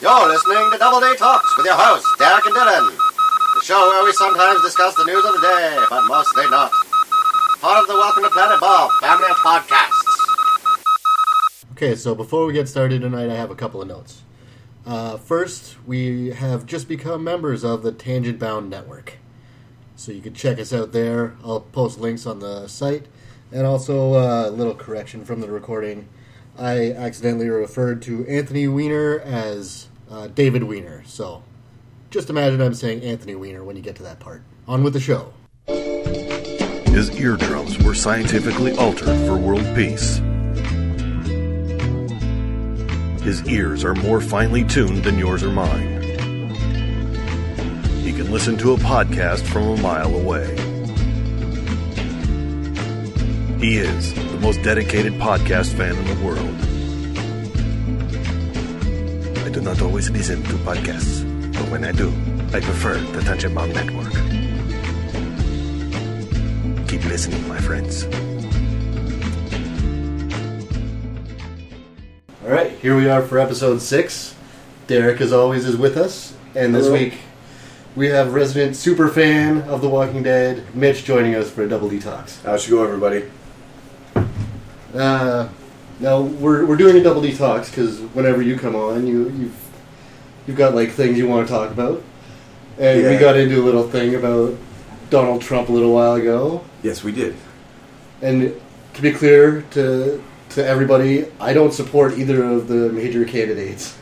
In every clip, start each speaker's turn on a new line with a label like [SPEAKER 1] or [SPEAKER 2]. [SPEAKER 1] You're listening to Doubleday Talks with your hosts, Derek and Dylan. The show where we sometimes discuss the news of the day, but mostly not. Part of the Welcome to Planet Ball family of podcasts. Okay, so before we get started tonight, I have a couple of notes. Uh, first, we have just become members of the Tangent Bound Network. So you can check us out there. I'll post links on the site. And also, uh, a little correction from the recording. I accidentally referred to Anthony Weiner as uh, David Weiner. So just imagine I'm saying Anthony Weiner when you get to that part. On with the show.
[SPEAKER 2] His eardrums were scientifically altered for world peace. His ears are more finely tuned than yours or mine. He can listen to a podcast from a mile away. He is the most dedicated podcast fan in the world. I do not always listen to podcasts, but when I do, I prefer the Tangent Bomb Network. Keep listening, my friends.
[SPEAKER 1] All right, here we are for episode six. Derek, as always, is with us. And this
[SPEAKER 3] Hello.
[SPEAKER 1] week, we have resident super fan of The Walking Dead, Mitch, joining us for a double detox.
[SPEAKER 3] How's it go, everybody?
[SPEAKER 1] Uh, now we're, we're doing a double detox because whenever you come on, you you've you've got like things you want to talk about, and we
[SPEAKER 3] Yeah.
[SPEAKER 1] got into a little thing about Donald Trump a little while ago.
[SPEAKER 3] Yes, we did.
[SPEAKER 1] And to be clear to to everybody, I don't support either of the major candidates.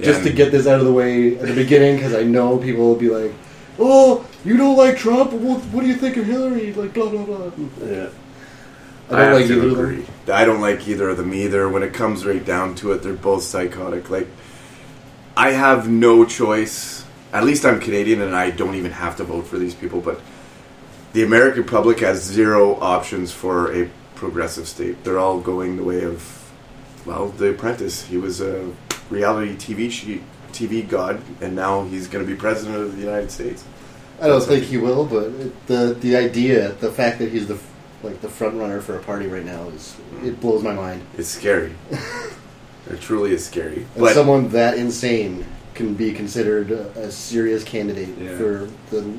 [SPEAKER 1] Just to
[SPEAKER 3] and-
[SPEAKER 1] get this out of the way at the beginning, because I know people will be like, "Oh, you don't like Trump? Well, what do you think of Hillary?" Like blah blah blah.
[SPEAKER 3] Yeah.
[SPEAKER 1] I
[SPEAKER 3] I
[SPEAKER 1] don't
[SPEAKER 3] have
[SPEAKER 1] like
[SPEAKER 3] to
[SPEAKER 1] either of them.
[SPEAKER 3] agree. I don't like either of them either. When it comes right down to it, they're both psychotic. Like, I have no choice. At least I'm Canadian, and I don't even have to vote for these people. But the American public has zero options for a progressive state. They're all going the way of, well, The Apprentice. He was a reality TV she- TV god, and now he's going to be president of the United States.
[SPEAKER 1] I don't think he will, but it, the the idea, the fact that he's the f- like the front runner for a party right now is it blows my mind.
[SPEAKER 3] It's scary. it truly is scary.
[SPEAKER 1] And
[SPEAKER 3] But
[SPEAKER 1] someone that insane can be considered a, a serious candidate
[SPEAKER 3] Yeah.
[SPEAKER 1] for the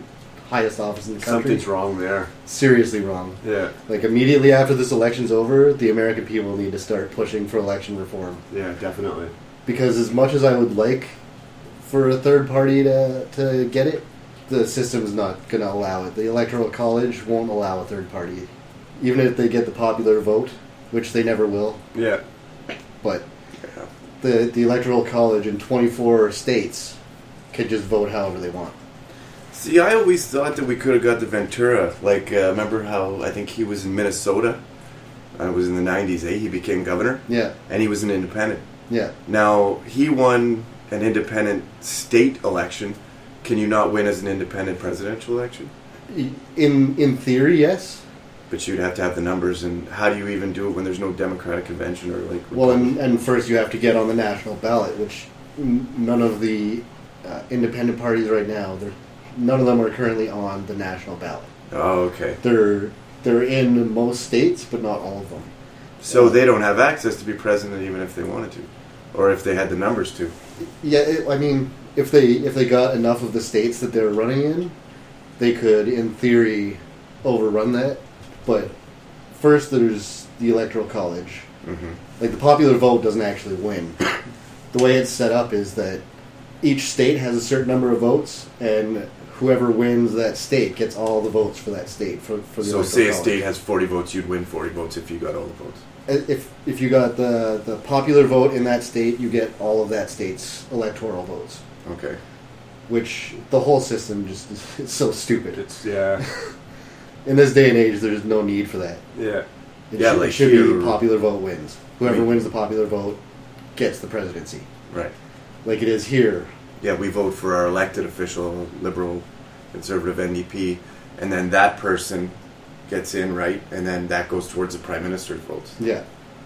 [SPEAKER 1] highest office in the country.
[SPEAKER 3] something's wrong there.
[SPEAKER 1] Seriously wrong.
[SPEAKER 3] Yeah,
[SPEAKER 1] Like immediately after this election's over, the American people need to start pushing for election reform.
[SPEAKER 3] yeah, definitely.
[SPEAKER 1] because as much as I would like for a third party to, to get it, the system's not going to allow it. The Electoral College won't allow a third party, even if they get the popular vote, which they never will.
[SPEAKER 3] Yeah.
[SPEAKER 1] But the the Electoral College in 24 states can just vote however they want.
[SPEAKER 3] See, I always thought that we could have got the Ventura. Like, uh, remember how I think he was in Minnesota? Uh, it was in the 90s, eh? He became governor,
[SPEAKER 1] Yeah,
[SPEAKER 3] and he was an independent.
[SPEAKER 1] yeah.
[SPEAKER 3] Now, he won an independent state election. Can you not win as an independent presidential election?
[SPEAKER 1] In in theory, yes.
[SPEAKER 3] But you'd have to have the numbers, and how do you even do it when there's no Democratic convention or like?
[SPEAKER 1] Well,
[SPEAKER 3] Republican-
[SPEAKER 1] and, and first you have to get on the national ballot, which n- none of the uh, independent parties right now, they're, none of them are currently on the national ballot.
[SPEAKER 3] oh, okay.
[SPEAKER 1] They're they're in most states, but not all of them.
[SPEAKER 3] So they don't have access to be president even if they wanted to, or if they had the numbers to.
[SPEAKER 1] Yeah, it, I mean, if they if they got enough of the states that they're running in, they could, in theory, overrun that. But first, there's the electoral college.
[SPEAKER 3] Mm-hmm.
[SPEAKER 1] Like the popular vote doesn't actually win. the way it's set up is that each state has a certain number of votes, and whoever wins that state gets all the votes for that state for, for the
[SPEAKER 3] So
[SPEAKER 1] electoral
[SPEAKER 3] say a
[SPEAKER 1] college.
[SPEAKER 3] state has 40 votes, you'd win 40 votes if you got all the votes.
[SPEAKER 1] if if you got the the popular vote in that state, you get all of that state's electoral votes,
[SPEAKER 3] Okay.
[SPEAKER 1] which the whole system just is it's so stupid.
[SPEAKER 3] It's yeah,
[SPEAKER 1] In this day and age, there's no need for that.
[SPEAKER 3] yeah.
[SPEAKER 1] It
[SPEAKER 3] Yeah,
[SPEAKER 1] should,
[SPEAKER 3] like
[SPEAKER 1] it should
[SPEAKER 3] here-
[SPEAKER 1] be popular vote wins. Whoever
[SPEAKER 3] Right.
[SPEAKER 1] wins the popular vote gets the presidency,
[SPEAKER 3] Right.
[SPEAKER 1] like it is here.
[SPEAKER 3] Yeah, we vote for our elected official, liberal, conservative NDP, and then that person gets in, right? And then that goes towards the prime minister's votes.
[SPEAKER 1] Yeah,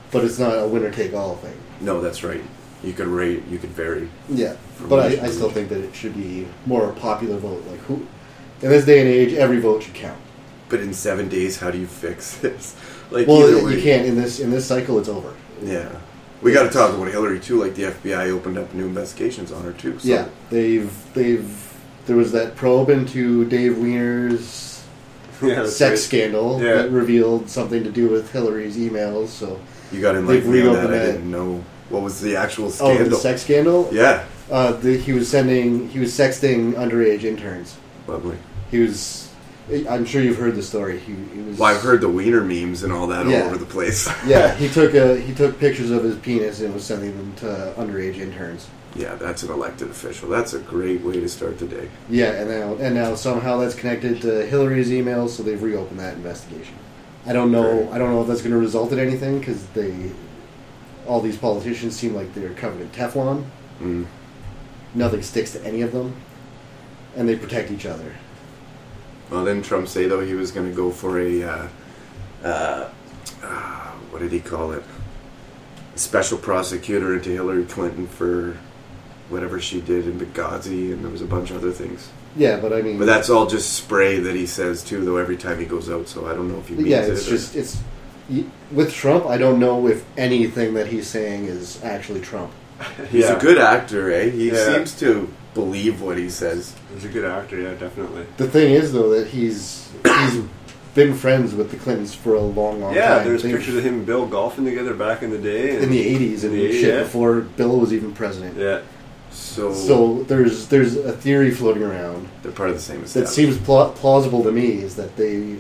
[SPEAKER 1] but it's not a winner take all thing.
[SPEAKER 3] No, that's right. You could rate, you could vary.
[SPEAKER 1] Yeah,
[SPEAKER 3] For
[SPEAKER 1] but
[SPEAKER 3] which
[SPEAKER 1] I, I still think that it should be more a popular vote. Like who, in this day and age, every vote should count.
[SPEAKER 3] But in seven days, how do you fix this? Like
[SPEAKER 1] Well,
[SPEAKER 3] either way,
[SPEAKER 1] you can't in this in this cycle. It's over.
[SPEAKER 3] Yeah. We got to talk about Hillary too. Like the FBI opened up new investigations on her too. So
[SPEAKER 1] yeah, they've they've there was that probe into Dave Weiner's
[SPEAKER 3] Yeah, that's
[SPEAKER 1] sex
[SPEAKER 3] right.
[SPEAKER 1] scandal
[SPEAKER 3] Yeah.
[SPEAKER 1] that revealed something to do with Hillary's emails. So
[SPEAKER 3] You got in
[SPEAKER 1] They've
[SPEAKER 3] like me on that.
[SPEAKER 1] reopened
[SPEAKER 3] I
[SPEAKER 1] that.
[SPEAKER 3] didn't know what was the actual
[SPEAKER 1] oh, the
[SPEAKER 3] scandal.
[SPEAKER 1] sex scandal.
[SPEAKER 3] yeah,
[SPEAKER 1] Uh, the, he was sending he was sexting underage interns.
[SPEAKER 3] lovely.
[SPEAKER 1] He was. I'm sure you've heard the story. He, he was.
[SPEAKER 3] Well, I've heard the wiener memes and all that
[SPEAKER 1] Yeah.
[SPEAKER 3] all over the place.
[SPEAKER 1] Yeah, he took a, he took pictures of his penis and was sending them to underage interns.
[SPEAKER 3] yeah, that's an elected official. That's a great way to start the day.
[SPEAKER 1] Yeah, and now and now somehow that's connected to Hillary's emails, so they've reopened that investigation. I don't know. I don't know if that's going to result in anything because they, all these politicians seem like they're covered in Teflon.
[SPEAKER 3] Mm.
[SPEAKER 1] Nothing sticks to any of them, and they protect each other.
[SPEAKER 3] Well, didn't Trump say though he was going to go for a, uh, uh, uh, what did he call it? A special prosecutor into Hillary Clinton for whatever she did in Benghazi, and there was a bunch of other things.
[SPEAKER 1] Yeah, but I mean,
[SPEAKER 3] But that's all just spray that he says too, though. Every time he goes out, so I don't know if he means
[SPEAKER 1] yeah,
[SPEAKER 3] it.
[SPEAKER 1] it's
[SPEAKER 3] or-
[SPEAKER 1] just it's y- with Trump. I don't know if anything that he's saying is actually Trump.
[SPEAKER 3] he's
[SPEAKER 4] yeah.
[SPEAKER 3] a good actor, eh? He
[SPEAKER 4] Yeah.
[SPEAKER 3] seems to believe what he says.
[SPEAKER 4] He's a good actor, yeah, definitely.
[SPEAKER 1] The thing is, though, that he's he's been friends with the Clintons for a long, long time.
[SPEAKER 4] Yeah, there's
[SPEAKER 1] They've-
[SPEAKER 4] pictures of him and Bill golfing together back in the day. And,
[SPEAKER 1] in the '80s
[SPEAKER 4] in
[SPEAKER 1] and
[SPEAKER 4] the 80s,
[SPEAKER 1] shit
[SPEAKER 4] yeah.
[SPEAKER 1] before Bill was even president.
[SPEAKER 4] Yeah.
[SPEAKER 3] So,
[SPEAKER 1] So there's there's a theory floating around
[SPEAKER 3] they're part of the same
[SPEAKER 1] that
[SPEAKER 3] establishment.
[SPEAKER 1] seems pla- plausible to me is that they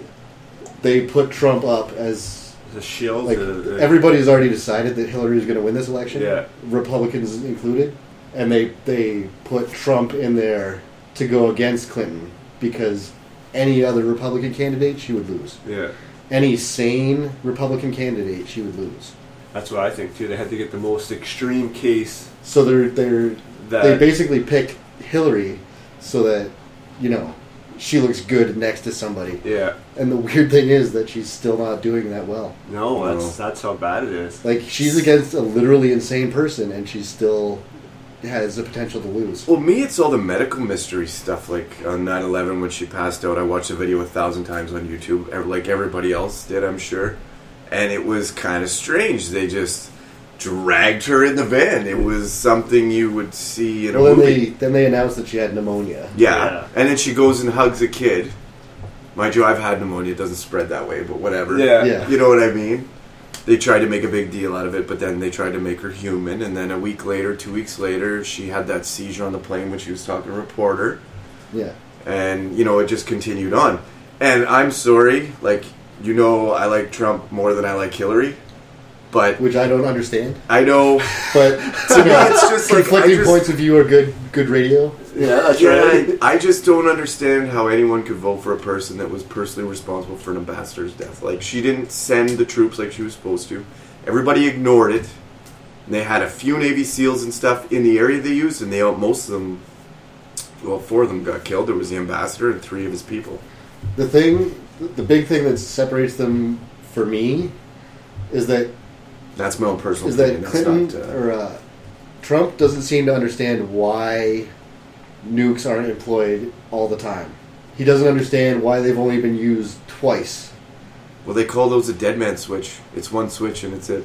[SPEAKER 1] they put Trump up as
[SPEAKER 4] The uh, shield.
[SPEAKER 1] like
[SPEAKER 4] the, the,
[SPEAKER 1] everybody's already decided that Hillary is going to win this election,
[SPEAKER 4] Yeah.
[SPEAKER 1] Republicans included, and they they put Trump in there to go against Clinton because any other Republican candidate she would lose.
[SPEAKER 4] Yeah.
[SPEAKER 1] Any sane Republican candidate she would lose.
[SPEAKER 4] That's what I think, too. They had to get the most extreme case
[SPEAKER 1] So they're they're
[SPEAKER 3] Uh,
[SPEAKER 4] that.
[SPEAKER 1] they basically picked Hillary so that you know she looks good next to somebody.
[SPEAKER 4] yeah.
[SPEAKER 1] And the weird thing is that she's still not doing that Oh, well.
[SPEAKER 4] No, that's that's how bad it is.
[SPEAKER 1] Like she's against a literally insane person, and she still has the potential to lose.
[SPEAKER 3] Well, me, it's all the medical mystery stuff. Like on 9 11 when she passed out, I watched the video a thousand times on YouTube, ev- like everybody else did, I'm sure. And it was kind of strange. They just dragged her in the van. It was something you would see in a
[SPEAKER 1] Well, then they
[SPEAKER 3] movie.
[SPEAKER 1] then they announced that she had pneumonia.
[SPEAKER 3] yeah.
[SPEAKER 4] Yeah.
[SPEAKER 3] And then she goes and hugs a kid. Mind you, I've had pneumonia. It doesn't spread that way, but whatever.
[SPEAKER 4] Yeah.
[SPEAKER 1] Yeah.
[SPEAKER 3] You know what I mean? They tried to make a big deal out of it, but then they tried to make her human. And then a week later, two weeks later, she had that seizure on the plane when she was talking to a reporter
[SPEAKER 1] Yeah,
[SPEAKER 3] and you know it just continued on and i'm sorry like you know i like trump more than i like hillary but
[SPEAKER 1] which I don't understand.
[SPEAKER 3] i know
[SPEAKER 1] But to me,
[SPEAKER 3] It's just like, I
[SPEAKER 1] conflicting
[SPEAKER 3] just-
[SPEAKER 1] points of view are good. Good radio.
[SPEAKER 4] Yeah, that's
[SPEAKER 3] yeah, I, I just don't understand how anyone could vote for a person that was personally responsible for an ambassador's death like she didn't send the troops like she was supposed to everybody ignored it And they had a few navy seals and stuff in the area they used and they most of them well four of them got killed there was the ambassador and three of his people
[SPEAKER 1] the thing, the big thing that separates them for me is that
[SPEAKER 3] that's my own personal
[SPEAKER 1] is that
[SPEAKER 3] opinion. That's
[SPEAKER 1] Clinton
[SPEAKER 3] not, uh,
[SPEAKER 1] or uh, Trump doesn't seem to understand why nukes aren't employed all the time. He doesn't understand why they've only been used twice.
[SPEAKER 3] Well, they call those a dead man switch. It's one switch and it's it.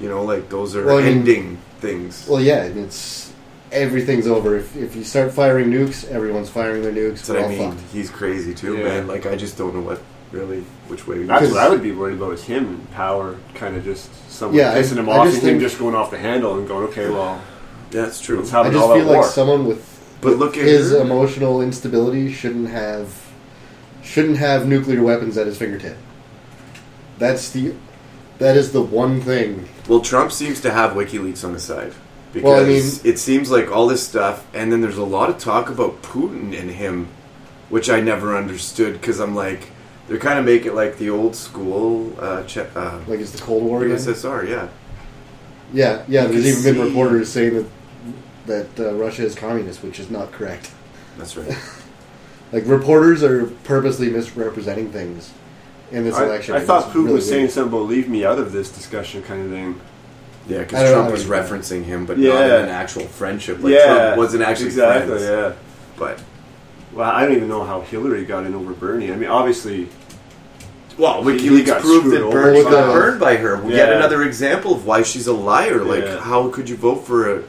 [SPEAKER 3] You know, like those are
[SPEAKER 1] Well, I mean-
[SPEAKER 3] ending things.
[SPEAKER 1] Well, yeah, and it's everything's over. If, if you start firing nukes, everyone's firing their nukes.
[SPEAKER 3] That's
[SPEAKER 1] We're
[SPEAKER 3] what
[SPEAKER 1] all
[SPEAKER 3] I mean.
[SPEAKER 1] fucked.
[SPEAKER 3] He's crazy too,
[SPEAKER 4] Yeah.
[SPEAKER 3] man. Like I just don't know what really which way.
[SPEAKER 4] That's
[SPEAKER 1] Because-
[SPEAKER 4] what I would be worried about is him in power, kind of just someone
[SPEAKER 1] Yeah, I-
[SPEAKER 4] pissing him
[SPEAKER 1] I
[SPEAKER 4] off
[SPEAKER 1] just
[SPEAKER 4] and him
[SPEAKER 1] think-
[SPEAKER 4] just going off the handle and going, okay, well,
[SPEAKER 3] That's true.
[SPEAKER 4] let's
[SPEAKER 1] I
[SPEAKER 4] have an
[SPEAKER 1] just
[SPEAKER 4] all-out
[SPEAKER 1] feel like
[SPEAKER 4] war.
[SPEAKER 1] someone with
[SPEAKER 3] But look at
[SPEAKER 1] his
[SPEAKER 3] her.
[SPEAKER 1] emotional instability shouldn't have shouldn't have nuclear weapons at his fingertip. That's the that is the one thing
[SPEAKER 3] Well, Trump seems to have WikiLeaks on his side because
[SPEAKER 1] Well, I
[SPEAKER 3] it seems like all this stuff, and then there's a lot of talk about Putin and him, which I never understood because I'm like they're kind of making like the old school uh, che- uh,
[SPEAKER 1] like it's the Cold War. Again.
[SPEAKER 3] USSR, yeah.
[SPEAKER 1] Yeah, yeah.
[SPEAKER 3] You
[SPEAKER 1] There's even
[SPEAKER 3] can
[SPEAKER 1] been
[SPEAKER 3] see-
[SPEAKER 1] reporters saying that that uh, Russia is communist, which is not correct.
[SPEAKER 3] That's right.
[SPEAKER 1] Like reporters are purposely misrepresenting things in this
[SPEAKER 4] I,
[SPEAKER 1] election.
[SPEAKER 4] I
[SPEAKER 1] It's
[SPEAKER 4] thought Putin
[SPEAKER 1] really
[SPEAKER 4] was saying
[SPEAKER 1] weird.
[SPEAKER 4] something about leave me out of this discussion kind of thing.
[SPEAKER 3] Yeah,
[SPEAKER 1] I
[SPEAKER 3] because
[SPEAKER 1] don't
[SPEAKER 3] Trump
[SPEAKER 1] know.
[SPEAKER 3] was referencing him, but not
[SPEAKER 4] Yeah.
[SPEAKER 3] in an actual friendship. Like
[SPEAKER 4] yeah,
[SPEAKER 3] Trump wasn't actually
[SPEAKER 4] exactly.
[SPEAKER 3] friends.
[SPEAKER 4] Yeah.
[SPEAKER 3] But
[SPEAKER 4] Well, I don't even know how Hillary got in over Bernie. I mean, obviously,
[SPEAKER 3] Well,
[SPEAKER 4] He got
[SPEAKER 3] WikiLeaks proved
[SPEAKER 4] screwed
[SPEAKER 3] that
[SPEAKER 4] over
[SPEAKER 3] Bernie got
[SPEAKER 1] somehow.
[SPEAKER 3] burned by her. We Yet
[SPEAKER 4] Yeah.
[SPEAKER 3] another example of why she's a liar. Like,
[SPEAKER 4] Yeah.
[SPEAKER 3] how could you vote for a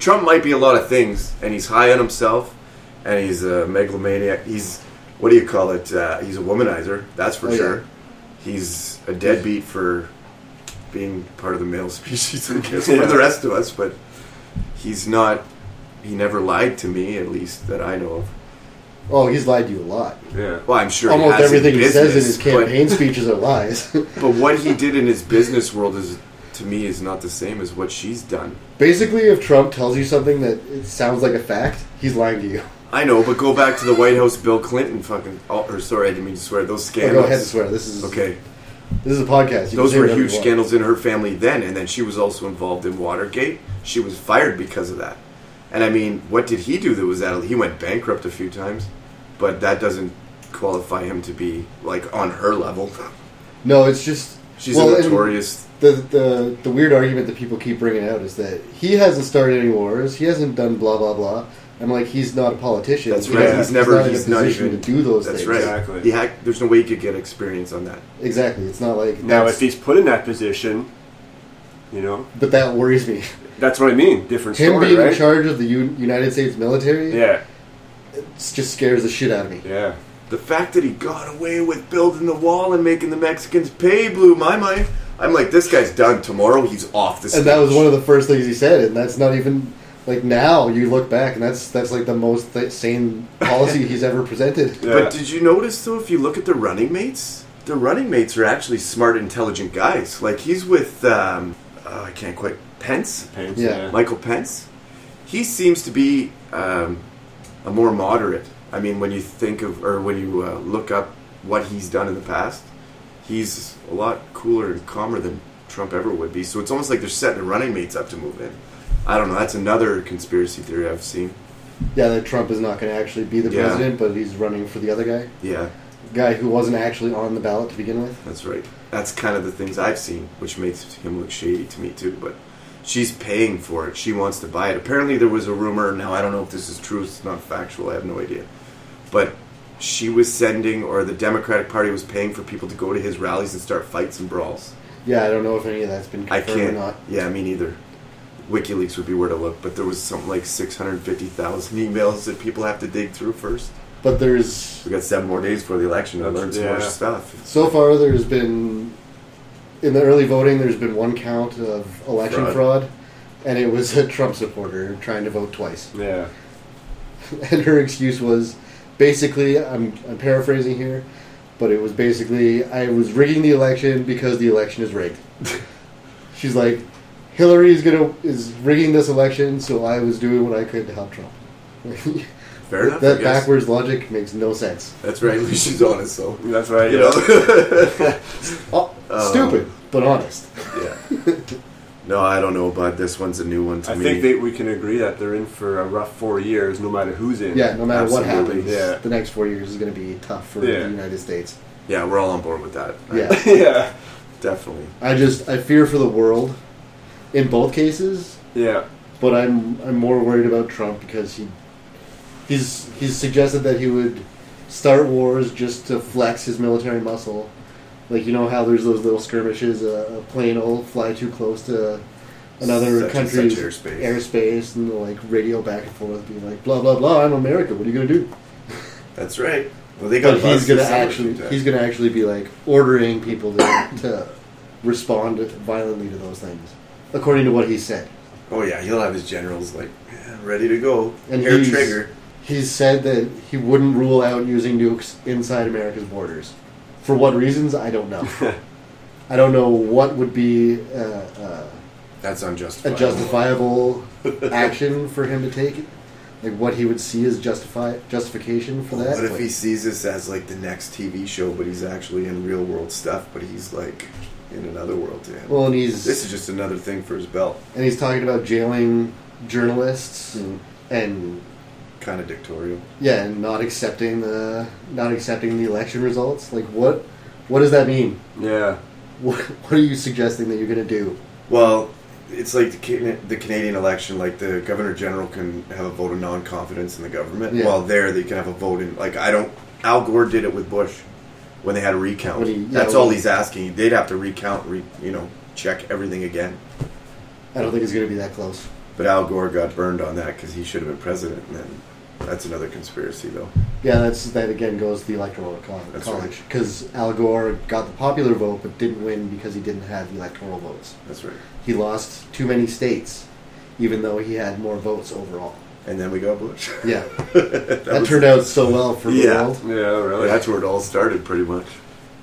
[SPEAKER 3] Trump? Might be a lot of things, and he's high on himself, and he's a megalomaniac. He's what do you call it? Uh, he's a womanizer. That's for
[SPEAKER 1] Oh, yeah.
[SPEAKER 3] sure. He's a deadbeat for being part of the male species, I guess,
[SPEAKER 4] Yeah.
[SPEAKER 3] for the rest of us. But he's not. He never lied to me, at least that I know of.
[SPEAKER 1] Oh, he's lied to you a lot.
[SPEAKER 4] Yeah.
[SPEAKER 3] Well, I'm sure he
[SPEAKER 1] Almost
[SPEAKER 3] has in
[SPEAKER 1] everything he says in
[SPEAKER 3] business,
[SPEAKER 1] his
[SPEAKER 3] but-
[SPEAKER 1] campaign speeches are lies.
[SPEAKER 3] But what he did in his business world is, to me, is not the same as what she's done.
[SPEAKER 1] Basically, if Trump tells you something that it sounds like a fact, he's lying to you.
[SPEAKER 3] I know, but go back to the White House, Bill Clinton, fucking. Oh, or sorry, I didn't mean to swear. Those
[SPEAKER 1] Oh,
[SPEAKER 3] scandals.
[SPEAKER 1] go ahead and swear. This is
[SPEAKER 3] Okay,
[SPEAKER 1] This is a podcast. You can
[SPEAKER 3] those
[SPEAKER 1] say
[SPEAKER 3] were
[SPEAKER 1] whatever you
[SPEAKER 3] huge
[SPEAKER 1] want.
[SPEAKER 3] scandals in her family then, and then she was also involved in Watergate. She was fired because of that. And I mean, what did he do that was that? He went bankrupt a few times, but that doesn't qualify him to be like on her level.
[SPEAKER 1] No, it's just
[SPEAKER 3] She's
[SPEAKER 1] well,
[SPEAKER 3] a
[SPEAKER 1] and
[SPEAKER 3] notorious.
[SPEAKER 1] The, the the weird argument that people keep bringing out is that he hasn't started any wars. He hasn't done blah blah blah. I'm like, he's not a politician.
[SPEAKER 3] That's
[SPEAKER 1] He
[SPEAKER 3] right.
[SPEAKER 1] doesn't-
[SPEAKER 3] he's never.
[SPEAKER 1] in a
[SPEAKER 3] He's not
[SPEAKER 1] position
[SPEAKER 3] even
[SPEAKER 1] to do those
[SPEAKER 3] That's
[SPEAKER 1] things.
[SPEAKER 3] right.
[SPEAKER 4] Exactly.
[SPEAKER 3] He had- there's no way you could get experience on that.
[SPEAKER 1] Exactly. It's not like
[SPEAKER 4] Now,
[SPEAKER 1] that's-
[SPEAKER 4] if he's put in that position, you know,
[SPEAKER 1] but that worries me.
[SPEAKER 4] that's what I mean. Different
[SPEAKER 1] Him
[SPEAKER 4] story,
[SPEAKER 1] being
[SPEAKER 4] right?
[SPEAKER 1] in charge of the U- United States military
[SPEAKER 4] Yeah,
[SPEAKER 1] it's just scares the shit out of me.
[SPEAKER 4] yeah.
[SPEAKER 3] The fact that he got away with building the wall and making the Mexicans pay blew my mind. I'm like, this guy's done. Tomorrow he's off the stage.
[SPEAKER 1] And that was one of the first things he said, and that's not even like now you look back and that's that's like the most th- sane policy he's ever presented.
[SPEAKER 4] Yeah.
[SPEAKER 3] But did you notice though? If you look at the running mates, the running mates are actually smart, intelligent guys. Like he's with, um, uh, I can't quite Pence,
[SPEAKER 4] Pains,
[SPEAKER 1] Yeah.
[SPEAKER 4] yeah.
[SPEAKER 3] Michael Pence. He seems to be um, a more moderate. I mean, when you think of or when you uh, look up what he's done in the past, he's a lot cooler and calmer than Trump ever would be. So it's almost like they're setting the running mates up to move in. I don't know. That's another conspiracy theory I've seen.
[SPEAKER 1] Yeah, that Trump is not going to actually be the
[SPEAKER 3] Yeah.
[SPEAKER 1] president, but he's running for the other guy,
[SPEAKER 3] Yeah,
[SPEAKER 1] guy who wasn't actually on the ballot to begin with.
[SPEAKER 3] that's right. That's kind of the things I've seen, which makes him look shady to me too. But she's paying for it. She wants to buy it. Apparently, there was a rumor. Now I don't know if this is true. It's not factual. I have no idea. But she was sending, or the Democratic Party was paying for people to go to his rallies and start fights and brawls.
[SPEAKER 1] Yeah, I don't know if any of that's been
[SPEAKER 3] I
[SPEAKER 1] confirmed or
[SPEAKER 3] can't.
[SPEAKER 1] not.
[SPEAKER 3] Yeah, me neither. WikiLeaks would be where to look, but there was something like 650,000 emails that people have to dig through first.
[SPEAKER 1] But there's
[SPEAKER 3] We got seven more days before the election to
[SPEAKER 4] That's-
[SPEAKER 3] learn some more
[SPEAKER 4] yeah.
[SPEAKER 3] stuff.
[SPEAKER 1] so far there's been in the early voting there's been one count of election
[SPEAKER 3] Fraud.
[SPEAKER 1] fraud, and it was a Trump supporter trying to vote twice.
[SPEAKER 4] Yeah.
[SPEAKER 1] and her excuse was basically I'm, I'm paraphrasing here but it was basically i was rigging the election because the election is rigged she's like hillary is gonna is rigging this election so i was doing what i could to help trump
[SPEAKER 3] Fair enough. I
[SPEAKER 1] that
[SPEAKER 3] guess.
[SPEAKER 1] backwards logic makes no sense
[SPEAKER 3] That's right. She's honest, so
[SPEAKER 4] That's right.
[SPEAKER 3] you
[SPEAKER 4] yeah.
[SPEAKER 3] know.
[SPEAKER 1] oh,
[SPEAKER 3] Oh.
[SPEAKER 1] stupid but honest
[SPEAKER 3] yeah. No, I don't know, but this one's a new one to
[SPEAKER 4] I
[SPEAKER 3] me.
[SPEAKER 4] think that we can agree that they're in for a rough four years, no matter who's in.
[SPEAKER 1] yeah no matter what
[SPEAKER 3] Absolutely,
[SPEAKER 1] happens
[SPEAKER 4] yeah.
[SPEAKER 1] the next four years is going to be tough for
[SPEAKER 4] Yeah.
[SPEAKER 1] the united states
[SPEAKER 3] yeah, we're all on board with that.
[SPEAKER 1] yeah
[SPEAKER 4] yeah.
[SPEAKER 3] definitely.
[SPEAKER 1] i just i fear for the world in both cases
[SPEAKER 4] Yeah.
[SPEAKER 1] but I'm I'm more worried about Trump because he he's he's suggested that he would start wars just to flex his military muscle. Like you know how there's those little skirmishes, uh, a, a plane will fly too close to another
[SPEAKER 3] Such and
[SPEAKER 1] country's
[SPEAKER 3] such airspace.
[SPEAKER 1] airspace and they'll, like radio back and forth, being like blah blah blah. I'm America. What are you gonna do?
[SPEAKER 3] That's right. Well, they
[SPEAKER 1] But
[SPEAKER 3] got.
[SPEAKER 1] he's
[SPEAKER 3] busted
[SPEAKER 1] gonna
[SPEAKER 3] so many
[SPEAKER 1] actually
[SPEAKER 3] times.
[SPEAKER 1] he's gonna actually be like ordering people to, to respond violently to those things, according to what he said.
[SPEAKER 3] Oh yeah, he'll have his generals like yeah, ready to go.
[SPEAKER 1] And
[SPEAKER 3] Air
[SPEAKER 1] he's-
[SPEAKER 3] trigger.
[SPEAKER 1] He's said that he wouldn't rule out using nukes inside America's borders. For what reasons, I don't know. I don't know what would be uh, uh,
[SPEAKER 3] That's
[SPEAKER 1] a
[SPEAKER 3] unjustified.
[SPEAKER 1] justifiable action for him to take. Like what he would see as justify justification for that.
[SPEAKER 3] What if he sees this as like the next TV show, but he's actually in real world stuff, but he's like in another world to him.
[SPEAKER 1] Well, and he's
[SPEAKER 3] this is just another thing for his belt.
[SPEAKER 1] and he's talking about jailing journalists
[SPEAKER 3] Hmm.
[SPEAKER 1] and
[SPEAKER 3] Kind of dictatorial.
[SPEAKER 1] yeah, and not accepting the not accepting the election results. Like what what does that mean?
[SPEAKER 4] Yeah.
[SPEAKER 1] What, what are you suggesting that you're going to do?
[SPEAKER 3] Well, it's like the, Can- the Canadian election. Like the governor general can have a vote of non-confidence in the government.
[SPEAKER 1] Yeah.
[SPEAKER 3] While there, they can have a vote in. Like I don't. Al Gore did it with Bush. when they had a recount.
[SPEAKER 1] When he- yeah,
[SPEAKER 3] That's
[SPEAKER 1] when-
[SPEAKER 3] all he's asking. They'd have to recount, re, you know, check everything again.
[SPEAKER 1] I don't think it's going to be that close.
[SPEAKER 3] But Al Gore got burned on that because he should have been president. And then that's another conspiracy, though.
[SPEAKER 1] Yeah, that's that again goes to the electoral co-
[SPEAKER 3] That's
[SPEAKER 1] college because Al Gore got the popular vote but didn't win because he didn't have the electoral votes.
[SPEAKER 3] That's right.
[SPEAKER 1] He lost too many states, even though he had more votes overall.
[SPEAKER 3] And then we got Bush.
[SPEAKER 1] Yeah,
[SPEAKER 3] that
[SPEAKER 1] that
[SPEAKER 3] was-
[SPEAKER 1] turned out so well for the
[SPEAKER 3] Yeah.
[SPEAKER 1] world.
[SPEAKER 4] Yeah, really.
[SPEAKER 3] That's where it all started, pretty much.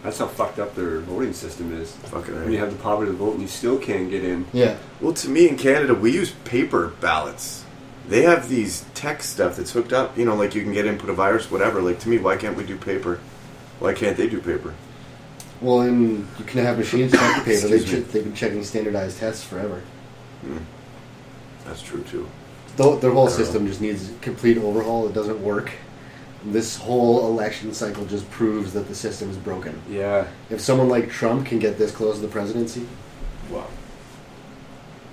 [SPEAKER 4] That's how fucked up their voting system is.
[SPEAKER 3] Fucking
[SPEAKER 4] When
[SPEAKER 3] right.
[SPEAKER 4] you have the power to vote and you still can't get in.
[SPEAKER 1] Yeah,
[SPEAKER 3] Well, to me in Canada, we use paper ballots. They have these tech stuff that's hooked up. You know, like you can get in, put a virus, whatever. Like to me, why can't we do paper? Why can't they do paper?
[SPEAKER 1] well, and you can have machines check the paper. They
[SPEAKER 3] Excuse me.
[SPEAKER 1] ch- they've been checking standardized tests forever.
[SPEAKER 3] That's true too.
[SPEAKER 1] The, their whole
[SPEAKER 3] don't know.
[SPEAKER 1] system just needs complete overhaul. It doesn't work. This whole election cycle just proves that the system is broken.
[SPEAKER 4] Yeah.
[SPEAKER 1] If someone like Trump can get this close to the presidency,
[SPEAKER 3] Wow.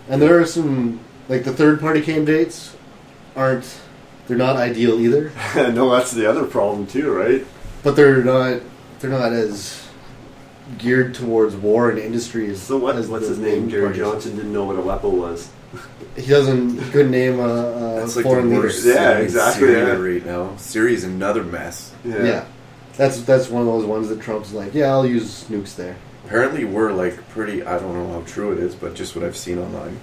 [SPEAKER 1] And there are some like the third party candidates aren't they're not ideal either,
[SPEAKER 4] no, that's the other problem too, right?
[SPEAKER 1] but they're not they're not as geared towards war and industry as
[SPEAKER 4] So what?
[SPEAKER 1] as
[SPEAKER 4] What's
[SPEAKER 1] the
[SPEAKER 4] his name?
[SPEAKER 1] main
[SPEAKER 4] Gary
[SPEAKER 1] parties.
[SPEAKER 4] Johnson didn't know what a WEPO was.
[SPEAKER 1] He doesn't he couldn't name a, a
[SPEAKER 3] That's like
[SPEAKER 1] foreign
[SPEAKER 3] the
[SPEAKER 1] leader.
[SPEAKER 3] worst.
[SPEAKER 4] Yeah,
[SPEAKER 3] thing in
[SPEAKER 4] exactly,
[SPEAKER 3] Syria
[SPEAKER 4] yeah.
[SPEAKER 3] Right now, Syria is another mess.
[SPEAKER 1] Yeah. That's that's one of those ones that Trump's like, yeah, I'll use nukes there.
[SPEAKER 3] Apparently, we're like pretty. I don't know how true it is, but just what I've seen online.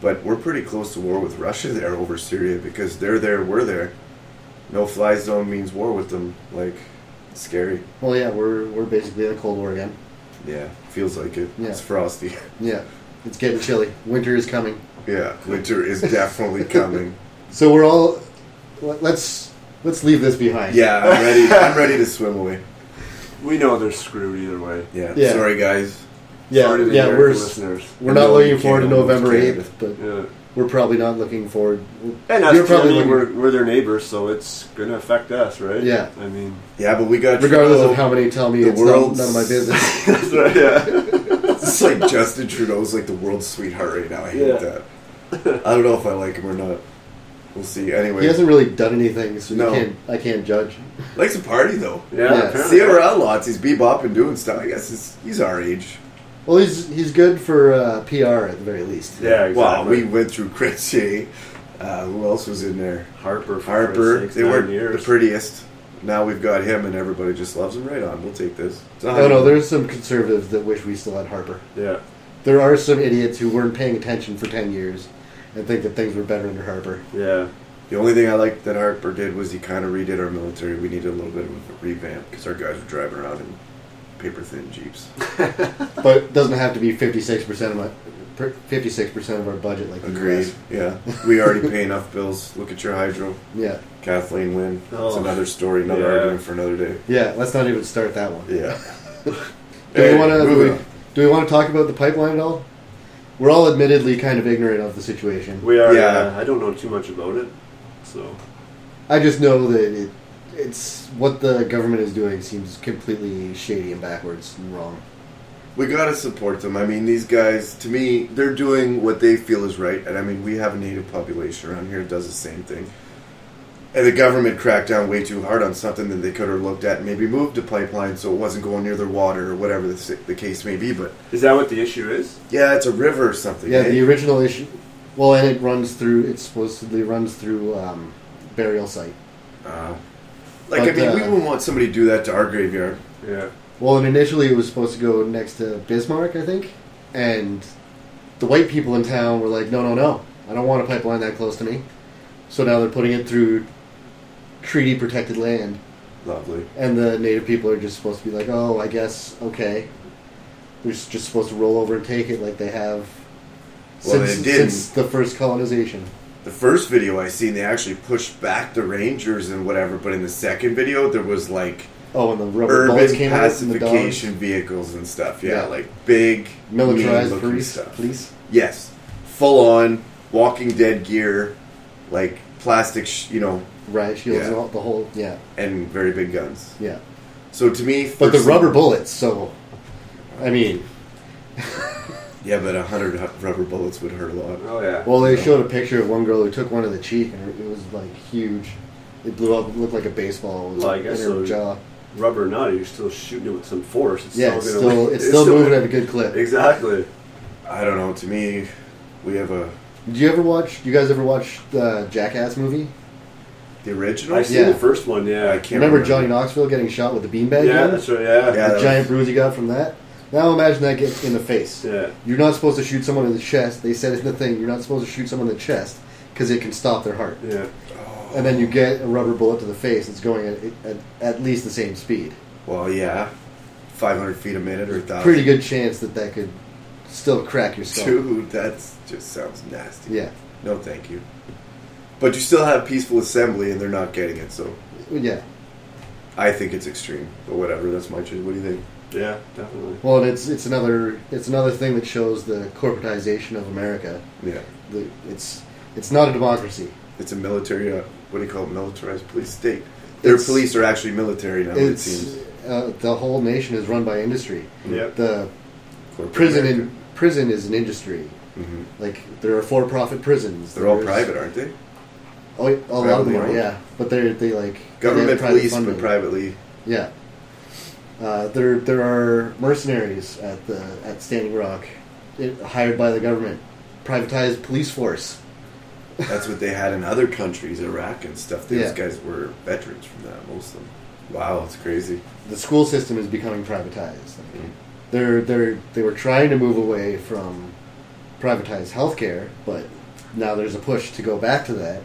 [SPEAKER 3] But we're pretty close to war with Russia there over Syria because they're there, we're there. No fly zone means war with them. Like, scary.
[SPEAKER 1] Well, yeah, we're we're basically in a cold war again.
[SPEAKER 3] Yeah, feels like it.
[SPEAKER 1] Yeah.
[SPEAKER 3] It's frosty.
[SPEAKER 1] Yeah, it's getting chilly. Winter is coming.
[SPEAKER 3] Yeah, winter is definitely coming.
[SPEAKER 1] So we're all let- let's let's leave this behind.
[SPEAKER 3] Yeah, I'm ready. I'm ready to swim away.
[SPEAKER 4] We know they're screwed either way.
[SPEAKER 3] Yeah.
[SPEAKER 1] Yeah.
[SPEAKER 3] Sorry, guys.
[SPEAKER 1] yeah,
[SPEAKER 4] Sorry to the
[SPEAKER 1] yeah.
[SPEAKER 4] American
[SPEAKER 1] We're s-
[SPEAKER 4] listeners.
[SPEAKER 1] we're
[SPEAKER 3] I
[SPEAKER 1] not
[SPEAKER 3] know
[SPEAKER 1] looking
[SPEAKER 3] you
[SPEAKER 1] forward to
[SPEAKER 3] can't almost
[SPEAKER 1] November
[SPEAKER 3] Canada.
[SPEAKER 1] eighth, but
[SPEAKER 4] Yeah.
[SPEAKER 1] we're probably not looking forward.
[SPEAKER 4] And us,
[SPEAKER 1] You're probably
[SPEAKER 4] Germany,
[SPEAKER 1] looking-
[SPEAKER 4] we're, we're their neighbors, so it's going to affect us, right?
[SPEAKER 1] Yeah.
[SPEAKER 4] I mean,
[SPEAKER 3] Yeah, but we got
[SPEAKER 1] regardless
[SPEAKER 3] Trudeau.
[SPEAKER 1] of how many tell me
[SPEAKER 3] The
[SPEAKER 1] it's not,
[SPEAKER 3] world's-
[SPEAKER 1] none of my business.
[SPEAKER 4] that's right, yeah.
[SPEAKER 3] It's like Justin Trudeau's like the world's sweetheart right now. I hate
[SPEAKER 4] Yeah.
[SPEAKER 3] that. I don't know if I like him or not. We'll see. Anyway,
[SPEAKER 1] He hasn't really done anything, so
[SPEAKER 3] No.
[SPEAKER 1] you can't. I can't judge.
[SPEAKER 3] likes to party though.
[SPEAKER 4] Yeah,
[SPEAKER 1] Yeah.
[SPEAKER 4] apparently.
[SPEAKER 3] See him around lots. He's bebopping, doing stuff. I guess it's, he's our age.
[SPEAKER 1] Well, he's he's good for uh, PR at the very least.
[SPEAKER 4] Yeah, exactly.
[SPEAKER 3] Wow, we went through Chrétien. Uh, who else was in there?
[SPEAKER 4] Harper, for
[SPEAKER 3] Harper.
[SPEAKER 4] Christ's
[SPEAKER 3] they
[SPEAKER 4] sake, nine
[SPEAKER 3] weren't
[SPEAKER 4] years.
[SPEAKER 3] the prettiest. Now we've got him, and everybody just loves him. Right on. We'll take this. It's not
[SPEAKER 1] Oh no,
[SPEAKER 3] him.
[SPEAKER 1] there's some conservatives that wish we still had Harper.
[SPEAKER 4] Yeah.
[SPEAKER 1] There are some idiots who weren't paying attention for ten years and think that things were better under Harper.
[SPEAKER 4] Yeah.
[SPEAKER 3] The only thing I liked that Harper did was he kind of redid our military. We needed a little bit of a revamp because our guys were driving around in paper thin jeeps.
[SPEAKER 1] But it doesn't have to be fifty six percent of my fifty six percent of our budget like the
[SPEAKER 3] Agreed.
[SPEAKER 1] US.
[SPEAKER 3] Yeah, we already pay enough bills. Look at your hydro,
[SPEAKER 1] Yeah,
[SPEAKER 3] Kathleen Wynne. It's
[SPEAKER 4] Oh.
[SPEAKER 3] another story, another
[SPEAKER 4] Yeah.
[SPEAKER 3] argument for another day.
[SPEAKER 1] yeah. Let's not even start that one.
[SPEAKER 3] Yeah.
[SPEAKER 1] Do
[SPEAKER 3] Hey,
[SPEAKER 1] we want to
[SPEAKER 3] moving
[SPEAKER 1] do, we-
[SPEAKER 3] on.
[SPEAKER 1] do we want to talk about the pipeline at all? We're all admittedly kind of ignorant of the situation.
[SPEAKER 4] We are.
[SPEAKER 3] Yeah.
[SPEAKER 4] Uh, I don't know too much about it, so
[SPEAKER 1] I just know that it, it's what the government is doing seems completely shady and backwards and wrong.
[SPEAKER 3] We gotta support them. I mean, these guys, to me, they're doing what they feel is right, and I mean, we have a native population around here that does the same thing. And the government cracked down way too hard on something that they could have looked at and maybe moved a pipeline so it wasn't going near their water or whatever the, si- the case may be. But
[SPEAKER 4] is that what the issue is?
[SPEAKER 3] yeah, it's a river or something.
[SPEAKER 1] Yeah,
[SPEAKER 3] eh?
[SPEAKER 1] the original issue. Well, and it runs through. It supposedly runs through um, burial site.
[SPEAKER 3] Uh, like I
[SPEAKER 1] But,
[SPEAKER 3] mean, we
[SPEAKER 1] uh,
[SPEAKER 3] wouldn't want somebody to do that to our graveyard.
[SPEAKER 4] Yeah.
[SPEAKER 1] Well, and initially it was supposed to go next to Bismarck, I think, and the white people in town were like, "No, no, no! I don't want a pipeline that close to me." So now they're putting it through treaty protected land,
[SPEAKER 3] Lovely.
[SPEAKER 1] and the native people are just supposed to be like, "Oh, I guess okay." They're s- just supposed to roll over and take it like they have
[SPEAKER 3] Well, they
[SPEAKER 1] since,
[SPEAKER 3] didn't.
[SPEAKER 1] since the first colonization.
[SPEAKER 3] The first video I seen, they actually pushed back the rangers and whatever. But in the second video, there was like
[SPEAKER 1] Oh, and the rubber bullets
[SPEAKER 3] urban
[SPEAKER 1] came out and the dogs.
[SPEAKER 3] pacification vehicles and stuff. Yeah,
[SPEAKER 1] Yeah.
[SPEAKER 3] like big
[SPEAKER 1] Militarized
[SPEAKER 3] mean-looking
[SPEAKER 1] police, police.
[SPEAKER 3] Yes, full on Walking Dead gear, like plastic, sh- you know,
[SPEAKER 1] riot shields,
[SPEAKER 3] Yeah.
[SPEAKER 1] and all, the whole yeah,
[SPEAKER 3] and very big guns.
[SPEAKER 1] yeah.
[SPEAKER 3] So to me,
[SPEAKER 1] But the
[SPEAKER 3] first-
[SPEAKER 1] rubber bullets, so I mean,
[SPEAKER 3] Yeah, but a hundred rubber bullets would hurt a lot.
[SPEAKER 4] Oh yeah.
[SPEAKER 1] well, they showed a picture of one girl who took one in the cheek, and it was like huge. It blew up, it looked like a baseball. It was
[SPEAKER 4] Well, I
[SPEAKER 1] in
[SPEAKER 4] guess
[SPEAKER 1] her
[SPEAKER 4] so.
[SPEAKER 1] jaw.
[SPEAKER 4] rubber or not, you're still shooting it with some force. It's
[SPEAKER 1] Yeah, it's
[SPEAKER 4] gonna-
[SPEAKER 1] still it's still moving at a good clip.
[SPEAKER 4] Exactly.
[SPEAKER 3] I don't know. To me, we have a
[SPEAKER 1] Do you ever watch? You guys ever watch the Jackass movie?
[SPEAKER 3] the original.
[SPEAKER 4] I see
[SPEAKER 1] Yeah.
[SPEAKER 4] the first one. Yeah,
[SPEAKER 3] I can't
[SPEAKER 1] Remember
[SPEAKER 3] remember.
[SPEAKER 1] Johnny Knoxville getting shot with the beanbag
[SPEAKER 4] Yeah,
[SPEAKER 1] gun?
[SPEAKER 4] that's right. Yeah,
[SPEAKER 3] Yeah.
[SPEAKER 1] the
[SPEAKER 3] that
[SPEAKER 1] giant bruise he got from that. Now imagine that gets in the face.
[SPEAKER 4] yeah.
[SPEAKER 1] You're not supposed to shoot someone in the chest. They said in the thing, you're not supposed to shoot someone in the chest because it can stop their heart.
[SPEAKER 4] yeah.
[SPEAKER 1] And then you get a rubber bullet to the face. It's going at, at, at least the same speed.
[SPEAKER 3] Well, yeah, 500 feet a minute or a thousand.
[SPEAKER 1] Pretty good chance that that could still crack your skull.
[SPEAKER 3] Dude, that just sounds nasty.
[SPEAKER 1] Yeah,
[SPEAKER 3] No, thank you. But you still have peaceful assembly, and they're not getting it. So
[SPEAKER 1] yeah.
[SPEAKER 3] I think it's extreme. But whatever. That's my choice. What do you think?
[SPEAKER 4] Yeah, definitely.
[SPEAKER 1] Well, and it's it's another it's another thing that shows the corporatization of America.
[SPEAKER 3] Yeah,
[SPEAKER 1] The, it's it's not a democracy.
[SPEAKER 3] it's a military. Uh, what do you call it? Militarized police state. Their
[SPEAKER 1] It's-
[SPEAKER 3] police are actually military now. It
[SPEAKER 1] It's
[SPEAKER 3] seems.
[SPEAKER 1] uh, the whole nation is run by industry.
[SPEAKER 4] Yeah,
[SPEAKER 1] The
[SPEAKER 3] Corporate
[SPEAKER 1] prison
[SPEAKER 3] America.
[SPEAKER 1] in prison is an industry.
[SPEAKER 3] Mhm.
[SPEAKER 1] Like there are for-profit prisons.
[SPEAKER 3] They're all
[SPEAKER 1] There's-
[SPEAKER 3] private, aren't they?
[SPEAKER 1] Oh, yeah, a lot of them
[SPEAKER 3] Privately
[SPEAKER 1] are.
[SPEAKER 3] owned.
[SPEAKER 1] Yeah, but they're they like they have
[SPEAKER 3] Government
[SPEAKER 1] private
[SPEAKER 3] police,
[SPEAKER 1] funding.
[SPEAKER 3] but privately.
[SPEAKER 1] Yeah. Uh, there there are mercenaries at the at Standing Rock, it, hired by the government, privatized police force.
[SPEAKER 3] That's what they had in other countries, Iraq and stuff. These
[SPEAKER 1] Yeah.
[SPEAKER 3] guys were veterans from that, most of them. Wow, it's crazy. Mm,
[SPEAKER 1] the school system is becoming privatized. They're they're they were trying to move away from privatized healthcare, but now there's a push to go back to that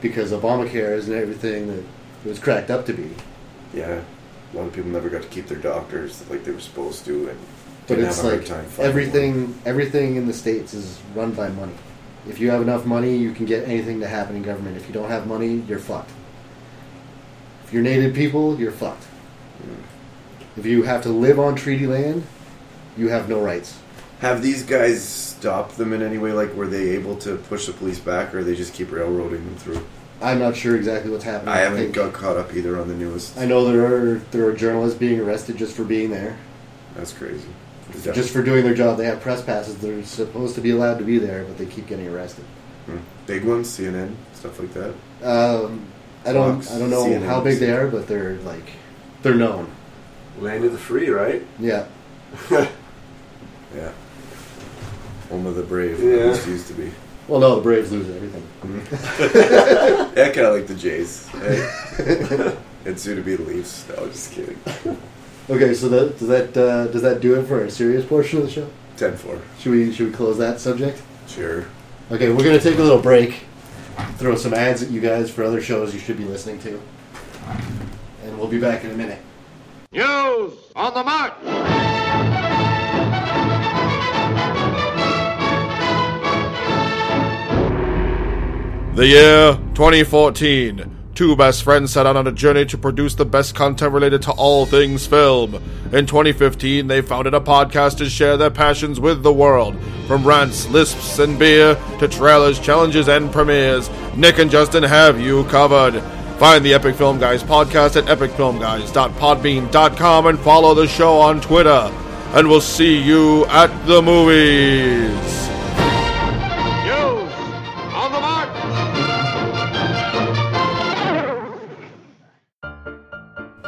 [SPEAKER 1] because Obamacare isn't everything that it was cracked up to be.
[SPEAKER 3] Yeah, a lot of people never got to keep their doctors like they were supposed to, and
[SPEAKER 1] But
[SPEAKER 3] didn't
[SPEAKER 1] it's
[SPEAKER 3] have a hard
[SPEAKER 1] like
[SPEAKER 3] time finding
[SPEAKER 1] everything
[SPEAKER 3] one.
[SPEAKER 1] everything in the states is run by money. If you have enough money, you can get anything to happen in government. If you don't have money, you're fucked. If you're native people, you're fucked.
[SPEAKER 3] Hmm.
[SPEAKER 1] If you have to live on treaty land, you have no rights.
[SPEAKER 3] Have these guys stopped them in any way? Like, were they able to push the police back, or they just keep railroading them through?
[SPEAKER 1] I'm not sure exactly what's happening.
[SPEAKER 3] I haven't
[SPEAKER 1] think-
[SPEAKER 3] got caught up either on the newest.
[SPEAKER 1] I know there are there are journalists being arrested just for being there,
[SPEAKER 3] That's crazy.
[SPEAKER 1] just for doing their job. They have press passes. They're supposed to be allowed to be there, but they keep getting arrested.
[SPEAKER 3] Hmm. big ones, CNN, stuff like that.
[SPEAKER 1] Um, I don't
[SPEAKER 3] Fox,
[SPEAKER 1] I don't know
[SPEAKER 3] CNN.
[SPEAKER 1] how big they are, but they're like they're known.
[SPEAKER 4] land of the free, right?
[SPEAKER 1] Yeah,
[SPEAKER 3] Yeah, home of the brave.
[SPEAKER 4] Yeah.
[SPEAKER 3] Yeah. used to be.
[SPEAKER 1] well, no, the Braves lose everything.
[SPEAKER 3] Yeah, kind of like the Jays. eh? and soon to be the Leafs. No, just kidding.
[SPEAKER 1] Okay, so that does that uh, does that do it for our serious portion of the show?
[SPEAKER 3] 10 4.
[SPEAKER 1] Should we should we close that subject?
[SPEAKER 3] Sure.
[SPEAKER 1] Okay, we're gonna take a little break, throw some ads at you guys for other shows you should be listening to, and we'll be back in a minute.
[SPEAKER 5] News on the march.
[SPEAKER 6] The year 2014. Two best friends set out on a journey to produce the best content related to all things film. In 2015, they founded a podcast to share their passions with the world. From rants, lisps, and beer to trailers, challenges, and premieres, Nick and Justin have you covered. Find the Epic Film Guys podcast at epicfilmguys.podbean.com and follow the show on Twitter. And we'll see you at the movies.
[SPEAKER 5] News on the march.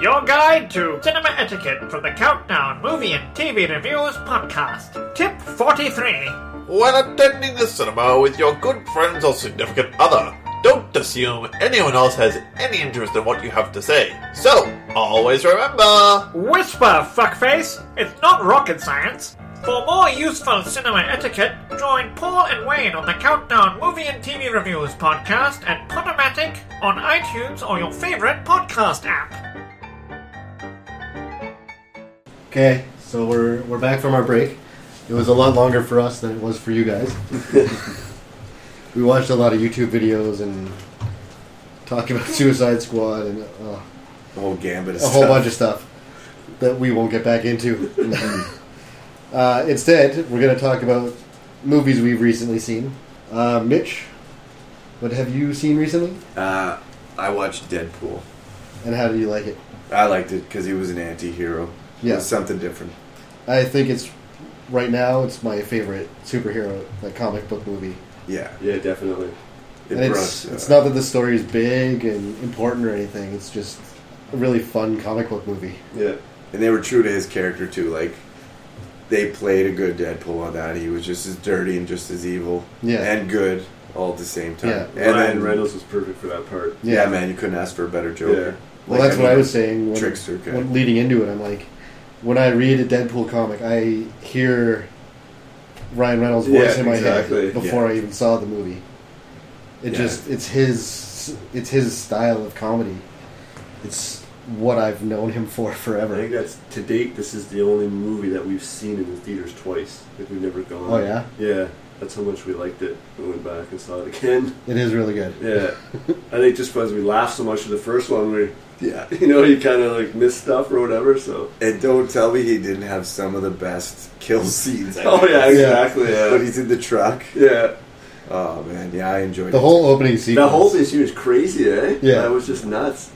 [SPEAKER 7] Your guide to cinema etiquette for the Countdown Movie and TV Reviews podcast. Tip 43.
[SPEAKER 8] When attending the cinema with your good friends or significant other, don't assume anyone else has any interest in what you have to say. So, always remember
[SPEAKER 7] Whisper, fuckface. It's not rocket science. For more useful cinema etiquette, join Paul and Wayne on the Countdown Movie and TV Reviews podcast and Podomatic on iTunes or your favorite podcast app.
[SPEAKER 1] Okay, so we're we're back from our break. It was a lot longer for us than it was for you guys. we watched a lot of YouTube videos and talked about Suicide Squad and uh,
[SPEAKER 3] The whole gambit of
[SPEAKER 1] a whole bunch of stuff that we won't get back into. uh, instead, we're going to talk about movies we've recently seen. Uh, Mitch, what have you seen recently,
[SPEAKER 3] Uh, I watched Deadpool.
[SPEAKER 1] and how do you like it?
[SPEAKER 3] I liked it because he was an anti hero.
[SPEAKER 1] Yeah.
[SPEAKER 3] It was something different.
[SPEAKER 1] I think it's right now it's my favorite superhero like comic book movie.
[SPEAKER 3] Yeah.
[SPEAKER 4] Yeah, definitely.
[SPEAKER 3] It
[SPEAKER 1] and
[SPEAKER 3] brought,
[SPEAKER 1] it's,
[SPEAKER 3] uh,
[SPEAKER 1] it's not that the story is big and important or anything. It's just a really fun comic book movie.
[SPEAKER 3] Yeah. And they were true to his character too. Like they played a good Deadpool on that. He was just as dirty and just as evil.
[SPEAKER 1] Yeah.
[SPEAKER 3] And good all at the same time.
[SPEAKER 1] Yeah.
[SPEAKER 3] And
[SPEAKER 4] Ryan
[SPEAKER 3] then
[SPEAKER 4] Reynolds was perfect for that part.
[SPEAKER 3] Yeah, man, you couldn't ask for a better Joker.
[SPEAKER 1] Well,
[SPEAKER 3] Like,
[SPEAKER 1] that's what
[SPEAKER 3] mean,
[SPEAKER 1] I was saying. When,
[SPEAKER 3] Trickster guy.
[SPEAKER 1] when leading into it, I'm like, when I read a Deadpool comic, I hear Ryan Reynolds' voice
[SPEAKER 4] Yeah,
[SPEAKER 1] in my
[SPEAKER 4] exactly,
[SPEAKER 1] head before
[SPEAKER 3] yeah.
[SPEAKER 1] I even saw the movie. It
[SPEAKER 3] Yeah.
[SPEAKER 1] just it's his it's his style of comedy. It's what I've known him for
[SPEAKER 4] I think
[SPEAKER 1] forever.
[SPEAKER 4] that's to date. This is the only movie that we've seen in the theaters twice. Like we've never gone.
[SPEAKER 1] Oh, yeah?
[SPEAKER 4] Yeah. That's how much we liked it. We went back and saw it again.
[SPEAKER 1] It is really good.
[SPEAKER 4] Yeah. I think just because we laughed so much at the first one, we
[SPEAKER 3] Yeah.
[SPEAKER 4] you know you kind of like missed stuff or whatever. So.
[SPEAKER 3] And don't tell me he didn't have some of the best kill scenes. I've
[SPEAKER 4] Oh yeah,
[SPEAKER 3] ever
[SPEAKER 4] exactly.
[SPEAKER 3] seen.
[SPEAKER 4] Yeah.
[SPEAKER 3] When he's in the truck.
[SPEAKER 4] yeah.
[SPEAKER 3] Oh man, yeah, I enjoyed
[SPEAKER 1] The
[SPEAKER 3] it.
[SPEAKER 1] whole opening sequence.
[SPEAKER 4] That whole issue is crazy, eh?
[SPEAKER 1] Yeah.
[SPEAKER 4] That was just nuts.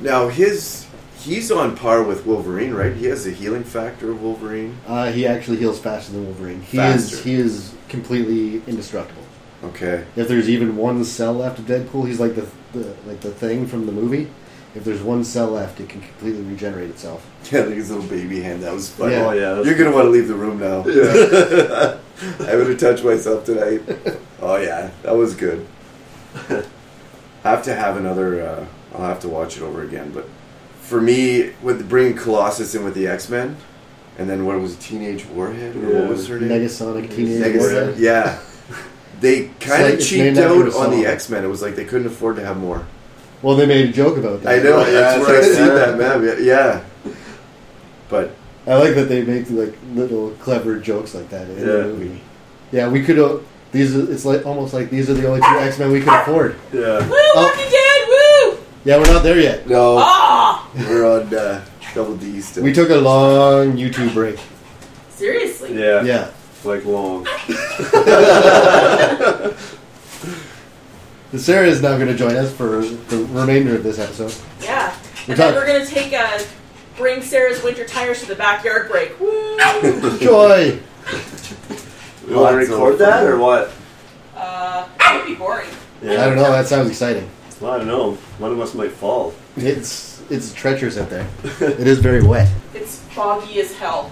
[SPEAKER 3] Now his he's on par with Wolverine, right? He has the healing factor of Wolverine.
[SPEAKER 1] Uh, he actually heals faster than Wolverine. He
[SPEAKER 3] Faster.
[SPEAKER 1] is he is completely indestructible.
[SPEAKER 3] Okay.
[SPEAKER 1] If there's even one cell left of Deadpool, he's like the, the like the thing from the movie. If there's one cell left, it can completely regenerate itself.
[SPEAKER 3] Yeah, look at his little baby hand. That was funny.
[SPEAKER 1] Yeah. Oh,
[SPEAKER 4] yeah, that's-
[SPEAKER 3] You're gonna want to leave the room now. Yeah. I would have touched myself tonight. Oh yeah, that was good. I have to have another. Uh, I'll have to watch it over again. But for me, with bringing Colossus in with the X Men, and then what was it, Teenage Warhead or
[SPEAKER 4] Yeah.
[SPEAKER 3] what was her name?
[SPEAKER 1] Negasonic teenage
[SPEAKER 3] Negas-
[SPEAKER 1] Warhead.
[SPEAKER 3] Yeah. They kind
[SPEAKER 1] like
[SPEAKER 3] of
[SPEAKER 1] it's
[SPEAKER 3] cheaped
[SPEAKER 1] named after
[SPEAKER 3] out
[SPEAKER 1] a
[SPEAKER 3] on
[SPEAKER 1] song.
[SPEAKER 3] the X Men. It was like they couldn't afford to have more.
[SPEAKER 1] Well, they made a joke about that.
[SPEAKER 3] I know.
[SPEAKER 4] yeah,
[SPEAKER 3] that's
[SPEAKER 4] that's
[SPEAKER 3] where I
[SPEAKER 4] right,
[SPEAKER 3] see
[SPEAKER 4] yeah.
[SPEAKER 3] that map. yeah, Yeah. But
[SPEAKER 1] I like that they make like little clever jokes like that in
[SPEAKER 4] Yeah.
[SPEAKER 1] the movie. Yeah, we could. Uh, these are, it's like almost like these are the only two X Men we could afford. Oh,
[SPEAKER 4] Yeah.
[SPEAKER 9] Woo, Walking Dead, woo!
[SPEAKER 1] Yeah, we're not there yet.
[SPEAKER 3] no.
[SPEAKER 9] Ah!
[SPEAKER 3] We're on uh, double D still.
[SPEAKER 1] We took a long YouTube break.
[SPEAKER 9] Seriously.
[SPEAKER 4] Yeah.
[SPEAKER 1] Yeah,
[SPEAKER 4] Like long.
[SPEAKER 1] Sarah is now going to join us for the remainder of this episode.
[SPEAKER 9] Yeah.
[SPEAKER 1] We're
[SPEAKER 9] And then
[SPEAKER 1] talking-
[SPEAKER 9] we're gonna take a bring Sarah's winter tires to the backyard break. Woo! uh,
[SPEAKER 1] Joy.
[SPEAKER 4] We want to
[SPEAKER 3] Lots of
[SPEAKER 4] record that
[SPEAKER 3] fun.
[SPEAKER 4] or what?
[SPEAKER 9] Uh, that would be boring.
[SPEAKER 4] Yeah.
[SPEAKER 1] I don't know. That sounds exciting.
[SPEAKER 4] Well, I don't know. One of us might fall.
[SPEAKER 1] It's it's treacherous out there. It is very wet.
[SPEAKER 9] It's foggy as hell.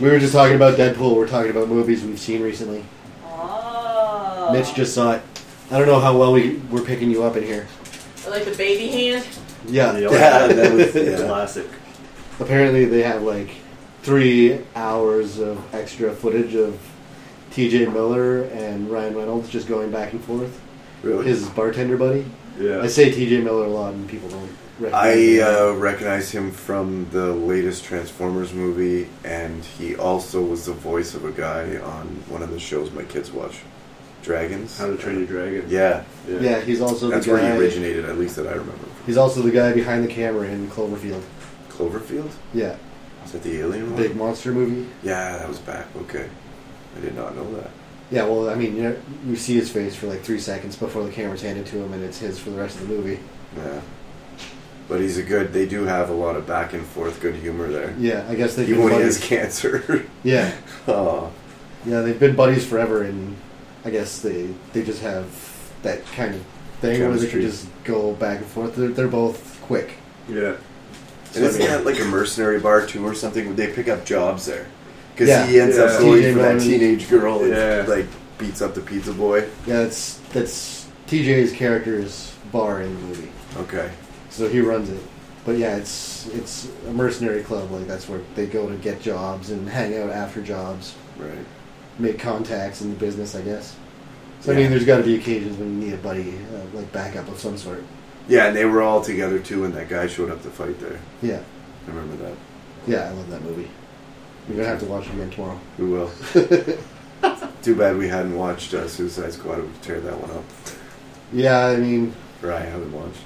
[SPEAKER 1] We were just talking about Deadpool. We're talking about movies we've seen recently.
[SPEAKER 9] Oh.
[SPEAKER 1] Mitch just saw it. I don't know how well we we're picking you up in here.
[SPEAKER 9] I like the baby hand.
[SPEAKER 1] Yeah.
[SPEAKER 4] You know,
[SPEAKER 3] Yeah, that was-
[SPEAKER 4] it's
[SPEAKER 3] yeah.
[SPEAKER 4] classic.
[SPEAKER 1] Apparently they have like three hours of extra footage of T.J. Miller and Ryan Reynolds just going back and forth.
[SPEAKER 3] Really?
[SPEAKER 1] His bartender buddy.
[SPEAKER 4] Yeah.
[SPEAKER 1] I say T.J. Miller a lot, and people don't. recognize
[SPEAKER 3] I
[SPEAKER 1] him.
[SPEAKER 3] uh, recognize him from the latest Transformers movie, and he also was the voice of a guy on one of the shows my kids watch, Dragons.
[SPEAKER 4] How to Train Your Dragon.
[SPEAKER 3] Yeah,
[SPEAKER 1] yeah, he's also
[SPEAKER 3] that's
[SPEAKER 1] the
[SPEAKER 3] where
[SPEAKER 1] guy.
[SPEAKER 3] he originated, at least that I remember.
[SPEAKER 1] He's also the guy behind the camera in Cloverfield.
[SPEAKER 3] Cloverfield?
[SPEAKER 1] Yeah,
[SPEAKER 3] Is that the alien one?
[SPEAKER 1] big monster movie.
[SPEAKER 3] Yeah, that was back. Okay, I did not know that.
[SPEAKER 1] Yeah, well, I mean, you, know, you see his face for like three seconds before the camera's handed to him, and it's his for the rest of the movie.
[SPEAKER 3] Yeah, but he's a good. They do have a lot of back and forth, good humor there.
[SPEAKER 1] Yeah, I guess they've
[SPEAKER 3] Even
[SPEAKER 1] been
[SPEAKER 3] when he
[SPEAKER 1] buddies.
[SPEAKER 3] has cancer.
[SPEAKER 1] yeah,
[SPEAKER 3] oh,
[SPEAKER 1] yeah, they've been buddies forever, and I guess they they just have that kind of thing where they can
[SPEAKER 3] Chemistry.
[SPEAKER 1] just go back and forth. They're, they're both quick.
[SPEAKER 4] Yeah.
[SPEAKER 3] And isn't
[SPEAKER 1] Yeah.
[SPEAKER 3] that like a mercenary bar too or something? They pick up jobs there. Because
[SPEAKER 1] Yeah.
[SPEAKER 3] he ends
[SPEAKER 4] Yeah.
[SPEAKER 3] up going
[SPEAKER 1] TJ
[SPEAKER 3] for that
[SPEAKER 1] Miller.
[SPEAKER 3] teenage girl and
[SPEAKER 4] Yeah.
[SPEAKER 3] like beats up the pizza boy.
[SPEAKER 1] Yeah, that's that's TJ's character's bar in the movie,
[SPEAKER 3] Okay.
[SPEAKER 1] so he runs it. But yeah, it's it's a mercenary club. Like that's where they go to get jobs and hang out after jobs.
[SPEAKER 3] Right.
[SPEAKER 1] make contacts in the business, I guess. So I
[SPEAKER 3] Yeah.
[SPEAKER 1] mean, there's got to be occasions when you need a buddy, uh, like backup of some sort.
[SPEAKER 3] Yeah, and they were all together too when that guy showed up to fight there.
[SPEAKER 1] Yeah,
[SPEAKER 3] I remember that.
[SPEAKER 1] yeah, I love that movie. We're gonna have to watch it again tomorrow.
[SPEAKER 3] We will. too bad we hadn't watched uh, Suicide Squad. We could tear that one up.
[SPEAKER 1] Yeah, I mean,
[SPEAKER 3] Or I haven't watched.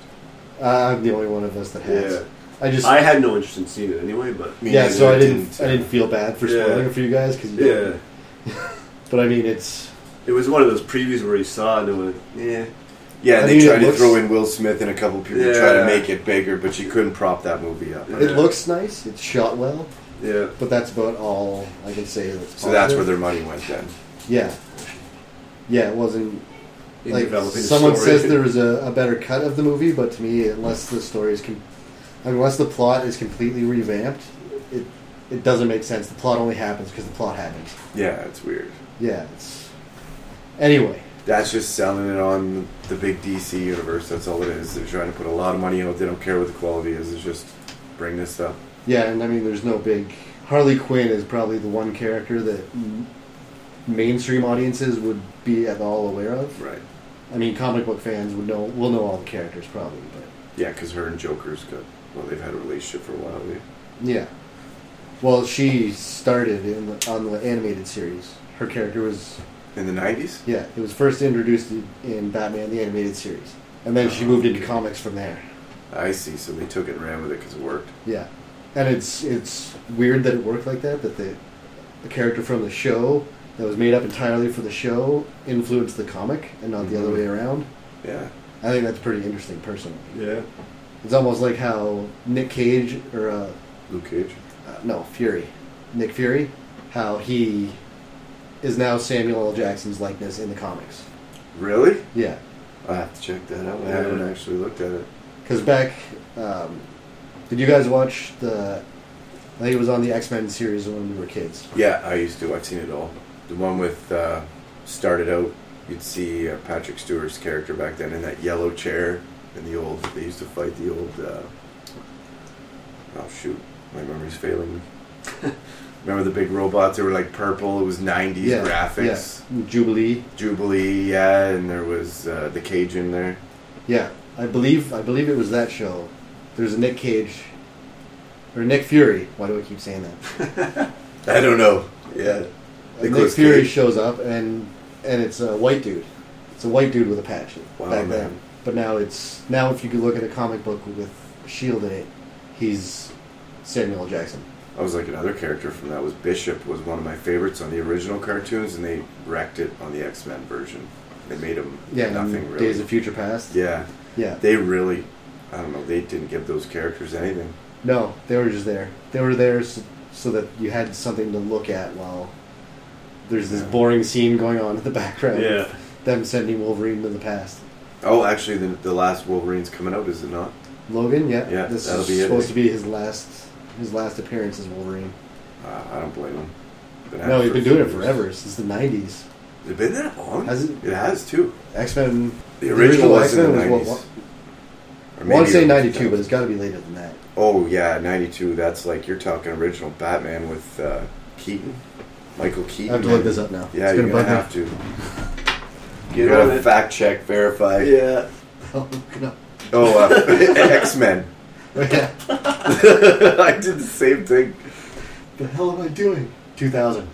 [SPEAKER 1] uh, I'm the only one of us that has.
[SPEAKER 4] Yeah.
[SPEAKER 1] I just,
[SPEAKER 4] I had no interest in seeing it anyway, but
[SPEAKER 3] Me
[SPEAKER 1] yeah,
[SPEAKER 3] neither,
[SPEAKER 1] so I didn't, I
[SPEAKER 3] uh,
[SPEAKER 1] didn't feel bad for
[SPEAKER 4] Yeah.
[SPEAKER 1] spoiling it for you guys because
[SPEAKER 4] yeah.
[SPEAKER 1] But I mean, it's
[SPEAKER 4] It was one of those previews where he saw it and went, yeah.
[SPEAKER 3] Yeah,
[SPEAKER 1] I
[SPEAKER 3] they
[SPEAKER 1] mean, it
[SPEAKER 3] tried to
[SPEAKER 1] looks-
[SPEAKER 3] throw in Will Smith and a couple people
[SPEAKER 4] Yeah.
[SPEAKER 3] try to make it bigger, but you couldn't prop that movie up.
[SPEAKER 1] it
[SPEAKER 4] Yeah.
[SPEAKER 1] looks nice, it's shot well,
[SPEAKER 4] Yeah.
[SPEAKER 1] but that's about all I can say. That's
[SPEAKER 3] So that's where
[SPEAKER 1] positive.
[SPEAKER 3] their money went then.
[SPEAKER 1] yeah, yeah, it wasn't
[SPEAKER 4] In
[SPEAKER 1] like
[SPEAKER 4] developing the
[SPEAKER 1] someone
[SPEAKER 4] story.
[SPEAKER 1] says there was a, a better cut of the movie, but to me, unless the story is com- unless the plot is completely revamped, it it doesn't make sense. The plot only happens because the plot happens.
[SPEAKER 3] Yeah, it's weird.
[SPEAKER 1] Yeah. It's, anyway,
[SPEAKER 3] That's just selling it on the big DC universe. That's all it is. They're trying to put a lot of money out. They don't care what the quality is. It's just bring this up.
[SPEAKER 1] yeah, and I mean, there's no big. Harley Quinn is probably the one character that m- mainstream audiences would be at all aware of.
[SPEAKER 3] Right.
[SPEAKER 1] I mean, comic book fans would know will know all the characters probably, but
[SPEAKER 3] Yeah, because her and Joker's got well, they've had a relationship for a while. They,
[SPEAKER 1] yeah. Well, she started in the, on the animated series. Her character was
[SPEAKER 3] in the nineties.
[SPEAKER 1] Yeah, it was first introduced in- in Batman the Animated Series, and then she moved into comics from there.
[SPEAKER 3] I see. So they took it and ran with it because it worked.
[SPEAKER 1] Yeah, and it's it's weird that it worked like that. That the the character from the show that was made up entirely for the show influenced the comic and not the other way around.
[SPEAKER 3] Yeah.
[SPEAKER 1] I think that's pretty interesting, personally.
[SPEAKER 4] Yeah.
[SPEAKER 1] It's almost like how Nick Cage or uh,
[SPEAKER 3] Luke Cage.
[SPEAKER 1] uh, no Fury, Nick Fury, how he is now Samuel L. Jackson's likeness in the comics.
[SPEAKER 3] Really?
[SPEAKER 1] Yeah,
[SPEAKER 3] I have to check that out. I
[SPEAKER 4] Yeah.
[SPEAKER 3] haven't actually looked at it.
[SPEAKER 1] Because back, um, did you guys watch the? I think it was on the X Men series when we were kids.
[SPEAKER 3] Yeah, I used to. I've seen it all. The one with uh, started out, you'd see uh, Patrick Stewart's character back then in that yellow chair in the old. They used to fight the old. Uh, oh shoot, my memory's failing me. Remember the big robots? They were like purple. It was '90s graphics.
[SPEAKER 1] yeah. Jubilee.
[SPEAKER 3] Jubilee, yeah, and there was uh, the cage in there.
[SPEAKER 1] Yeah, I believe I believe it was that show. There's a Nick Cage, or Nick Fury. Why do I keep saying that?
[SPEAKER 3] I don't know. Yeah,
[SPEAKER 1] Nick
[SPEAKER 3] Nicolas
[SPEAKER 1] Fury
[SPEAKER 3] Cage.
[SPEAKER 1] shows up and and it's a white dude. It's a white dude with a patch.
[SPEAKER 3] Wow,
[SPEAKER 1] back
[SPEAKER 3] man.
[SPEAKER 1] then, but now it's now if you could look at a comic book with Shield E in it, he's Samuel L. Jackson.
[SPEAKER 3] I was like another character from that was Bishop was one of my favorites on the original cartoons, and they wrecked it on the X Men version. They made him
[SPEAKER 1] Yeah, and
[SPEAKER 3] nothing really.
[SPEAKER 1] Days of Future Past.
[SPEAKER 3] yeah,
[SPEAKER 1] yeah.
[SPEAKER 3] they really, I don't know, they didn't give those characters anything.
[SPEAKER 1] No, they were just there. They were there so, so that you had something to look at while there's this boring scene going on in the background.
[SPEAKER 4] Yeah.
[SPEAKER 1] Them sending Wolverine to the past.
[SPEAKER 3] Oh, actually, the, the last Wolverine's coming out, is it not?
[SPEAKER 1] Logan, yeah,
[SPEAKER 3] Yeah,
[SPEAKER 1] this
[SPEAKER 3] that'll
[SPEAKER 1] is
[SPEAKER 3] be it,
[SPEAKER 1] supposed
[SPEAKER 3] eh?
[SPEAKER 1] to be his last his last appearance as Wolverine.
[SPEAKER 3] Uh, I don't blame him. Been at
[SPEAKER 1] no, he's
[SPEAKER 3] for
[SPEAKER 1] been
[SPEAKER 3] a few
[SPEAKER 1] doing it
[SPEAKER 3] years.
[SPEAKER 1] forever since the '90s.
[SPEAKER 3] It's been that long.
[SPEAKER 1] Has it?
[SPEAKER 3] It has too.
[SPEAKER 1] X Men.
[SPEAKER 3] The original was in the
[SPEAKER 1] what?
[SPEAKER 3] 90s.
[SPEAKER 1] I
[SPEAKER 3] Or
[SPEAKER 1] want
[SPEAKER 3] maybe
[SPEAKER 1] to say
[SPEAKER 3] it was
[SPEAKER 1] '92,
[SPEAKER 3] 2000.
[SPEAKER 1] but it's got to be later than that.
[SPEAKER 3] Oh yeah, '92. That's like you're talking original Batman with uh, Keaton, Michael Keaton.
[SPEAKER 1] I have to look this up now.
[SPEAKER 3] Yeah,
[SPEAKER 1] It's
[SPEAKER 3] you're
[SPEAKER 1] gonna
[SPEAKER 3] gonna
[SPEAKER 1] bug me.
[SPEAKER 3] have to. You gotta fact check, verify.
[SPEAKER 4] Yeah.
[SPEAKER 1] Oh, look it up.
[SPEAKER 3] Oh, uh, X Men.
[SPEAKER 1] Yeah.
[SPEAKER 3] I did the same thing.
[SPEAKER 1] the hell am I doing? 2000.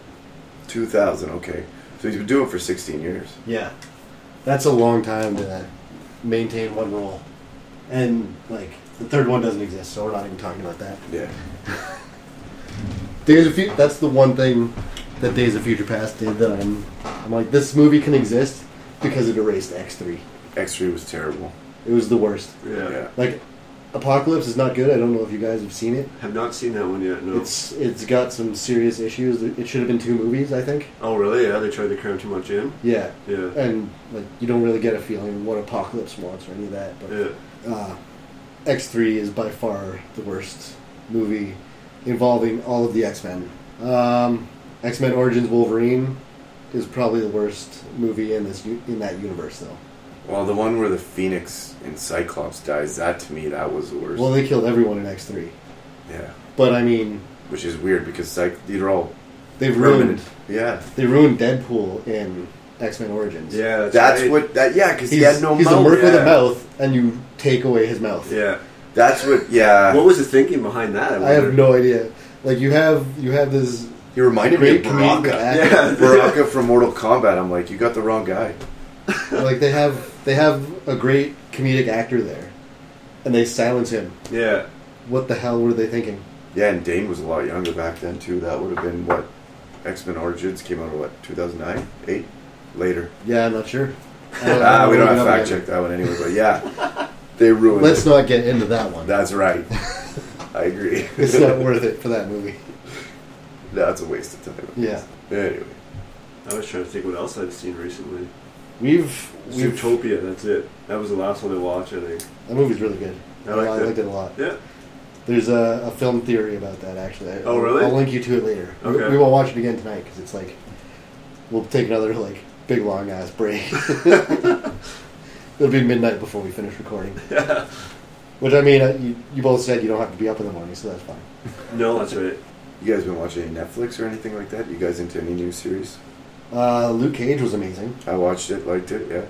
[SPEAKER 3] 2000. Okay, so he's been doing it for 16 years.
[SPEAKER 1] Yeah, that's a long time to maintain one role, and like the third one doesn't exist, so we're not even talking about that.
[SPEAKER 3] Yeah.
[SPEAKER 1] Days of Future. That's the one thing that Days of Future Past did that I'm, I'm like, this movie can exist because it erased X three.
[SPEAKER 3] X3 was terrible.
[SPEAKER 1] It was the worst.
[SPEAKER 4] Yeah.
[SPEAKER 3] Yeah.
[SPEAKER 1] Like, Apocalypse is not good. I don't know if you guys have seen it.
[SPEAKER 4] Have not seen that one yet. No.
[SPEAKER 1] It's it's got some serious issues. It should have been two movies, I think.
[SPEAKER 4] oh really? Yeah. They tried to cram too much in.
[SPEAKER 1] Yeah,
[SPEAKER 4] Yeah.
[SPEAKER 1] and like you don't really get a feeling what Apocalypse wants or any of that. But
[SPEAKER 4] Yeah.
[SPEAKER 1] uh, X3 is by far the worst movie involving all of the X Men. Um, X Men Origins Wolverine is probably the worst movie in this u- in that universe, though.
[SPEAKER 3] Well, the one where the Phoenix and Cyclops dies, that to me, that was the worst.
[SPEAKER 1] Well, they killed everyone in X3,
[SPEAKER 3] yeah.
[SPEAKER 1] but I mean,
[SPEAKER 3] Which is weird because Cyc- these are all
[SPEAKER 1] they've
[SPEAKER 3] permanent.
[SPEAKER 1] ruined
[SPEAKER 3] Yeah.
[SPEAKER 1] they ruined Deadpool in X Men Origins.
[SPEAKER 4] Yeah.
[SPEAKER 3] That's
[SPEAKER 4] right.
[SPEAKER 3] what that yeah because
[SPEAKER 1] he's,
[SPEAKER 3] he had no
[SPEAKER 1] he's
[SPEAKER 3] mouth.
[SPEAKER 1] a merc with
[SPEAKER 4] yeah.
[SPEAKER 1] a mouth, and you take away his mouth.
[SPEAKER 4] Yeah.
[SPEAKER 3] That's what yeah.
[SPEAKER 4] What was the thinking behind that?
[SPEAKER 1] I have
[SPEAKER 4] wonder?
[SPEAKER 1] no idea. Like you have you have this
[SPEAKER 3] He reminded me of
[SPEAKER 1] great comedic
[SPEAKER 3] Baraka.
[SPEAKER 1] actor.
[SPEAKER 4] Yeah.
[SPEAKER 3] Baraka from Mortal Kombat. I'm like, you got the wrong guy.
[SPEAKER 1] like they have they have a great comedic actor there, and they silence him.
[SPEAKER 4] Yeah.
[SPEAKER 1] What the hell were they thinking?
[SPEAKER 3] Yeah, and Dane was a lot younger back then too. That would have been what X Men Origins came out of what 2009, eight later.
[SPEAKER 1] Yeah, I'm not sure. Uh, I don't- I
[SPEAKER 3] Ah, we don't
[SPEAKER 1] look
[SPEAKER 3] have
[SPEAKER 1] it up
[SPEAKER 3] fact
[SPEAKER 1] again.
[SPEAKER 3] check that one anyway. But yeah, they ruined.
[SPEAKER 1] Let's
[SPEAKER 3] it.
[SPEAKER 1] not get into that one.
[SPEAKER 3] That's right. I agree.
[SPEAKER 1] It's not worth it for that movie.
[SPEAKER 3] That's a waste of time.
[SPEAKER 1] Yeah,
[SPEAKER 3] Anyway,
[SPEAKER 4] I was trying to think what else I've seen recently.
[SPEAKER 1] we've we've
[SPEAKER 4] Zootopia. That's it. That was the last one I watched. I think.
[SPEAKER 1] that movie's really good.
[SPEAKER 4] I liked
[SPEAKER 1] I
[SPEAKER 4] it.
[SPEAKER 1] liked it a lot.
[SPEAKER 4] Yeah.
[SPEAKER 1] There's a, a film theory about that actually. I-
[SPEAKER 4] Oh, really?
[SPEAKER 1] I'll link you to it later. We-
[SPEAKER 4] Okay.
[SPEAKER 1] We, won't watch it again tonight because it's like we'll take another like big long ass break. It'll be midnight before we finish recording. Which I mean, uh, you, you both said you don't have to be up in the morning, so that's fine.
[SPEAKER 4] No, that's right.
[SPEAKER 3] You guys been watching any Netflix or anything like that? You guys into any new series?
[SPEAKER 1] Uh, Luke Cage was amazing.
[SPEAKER 3] I watched it, liked it, yeah.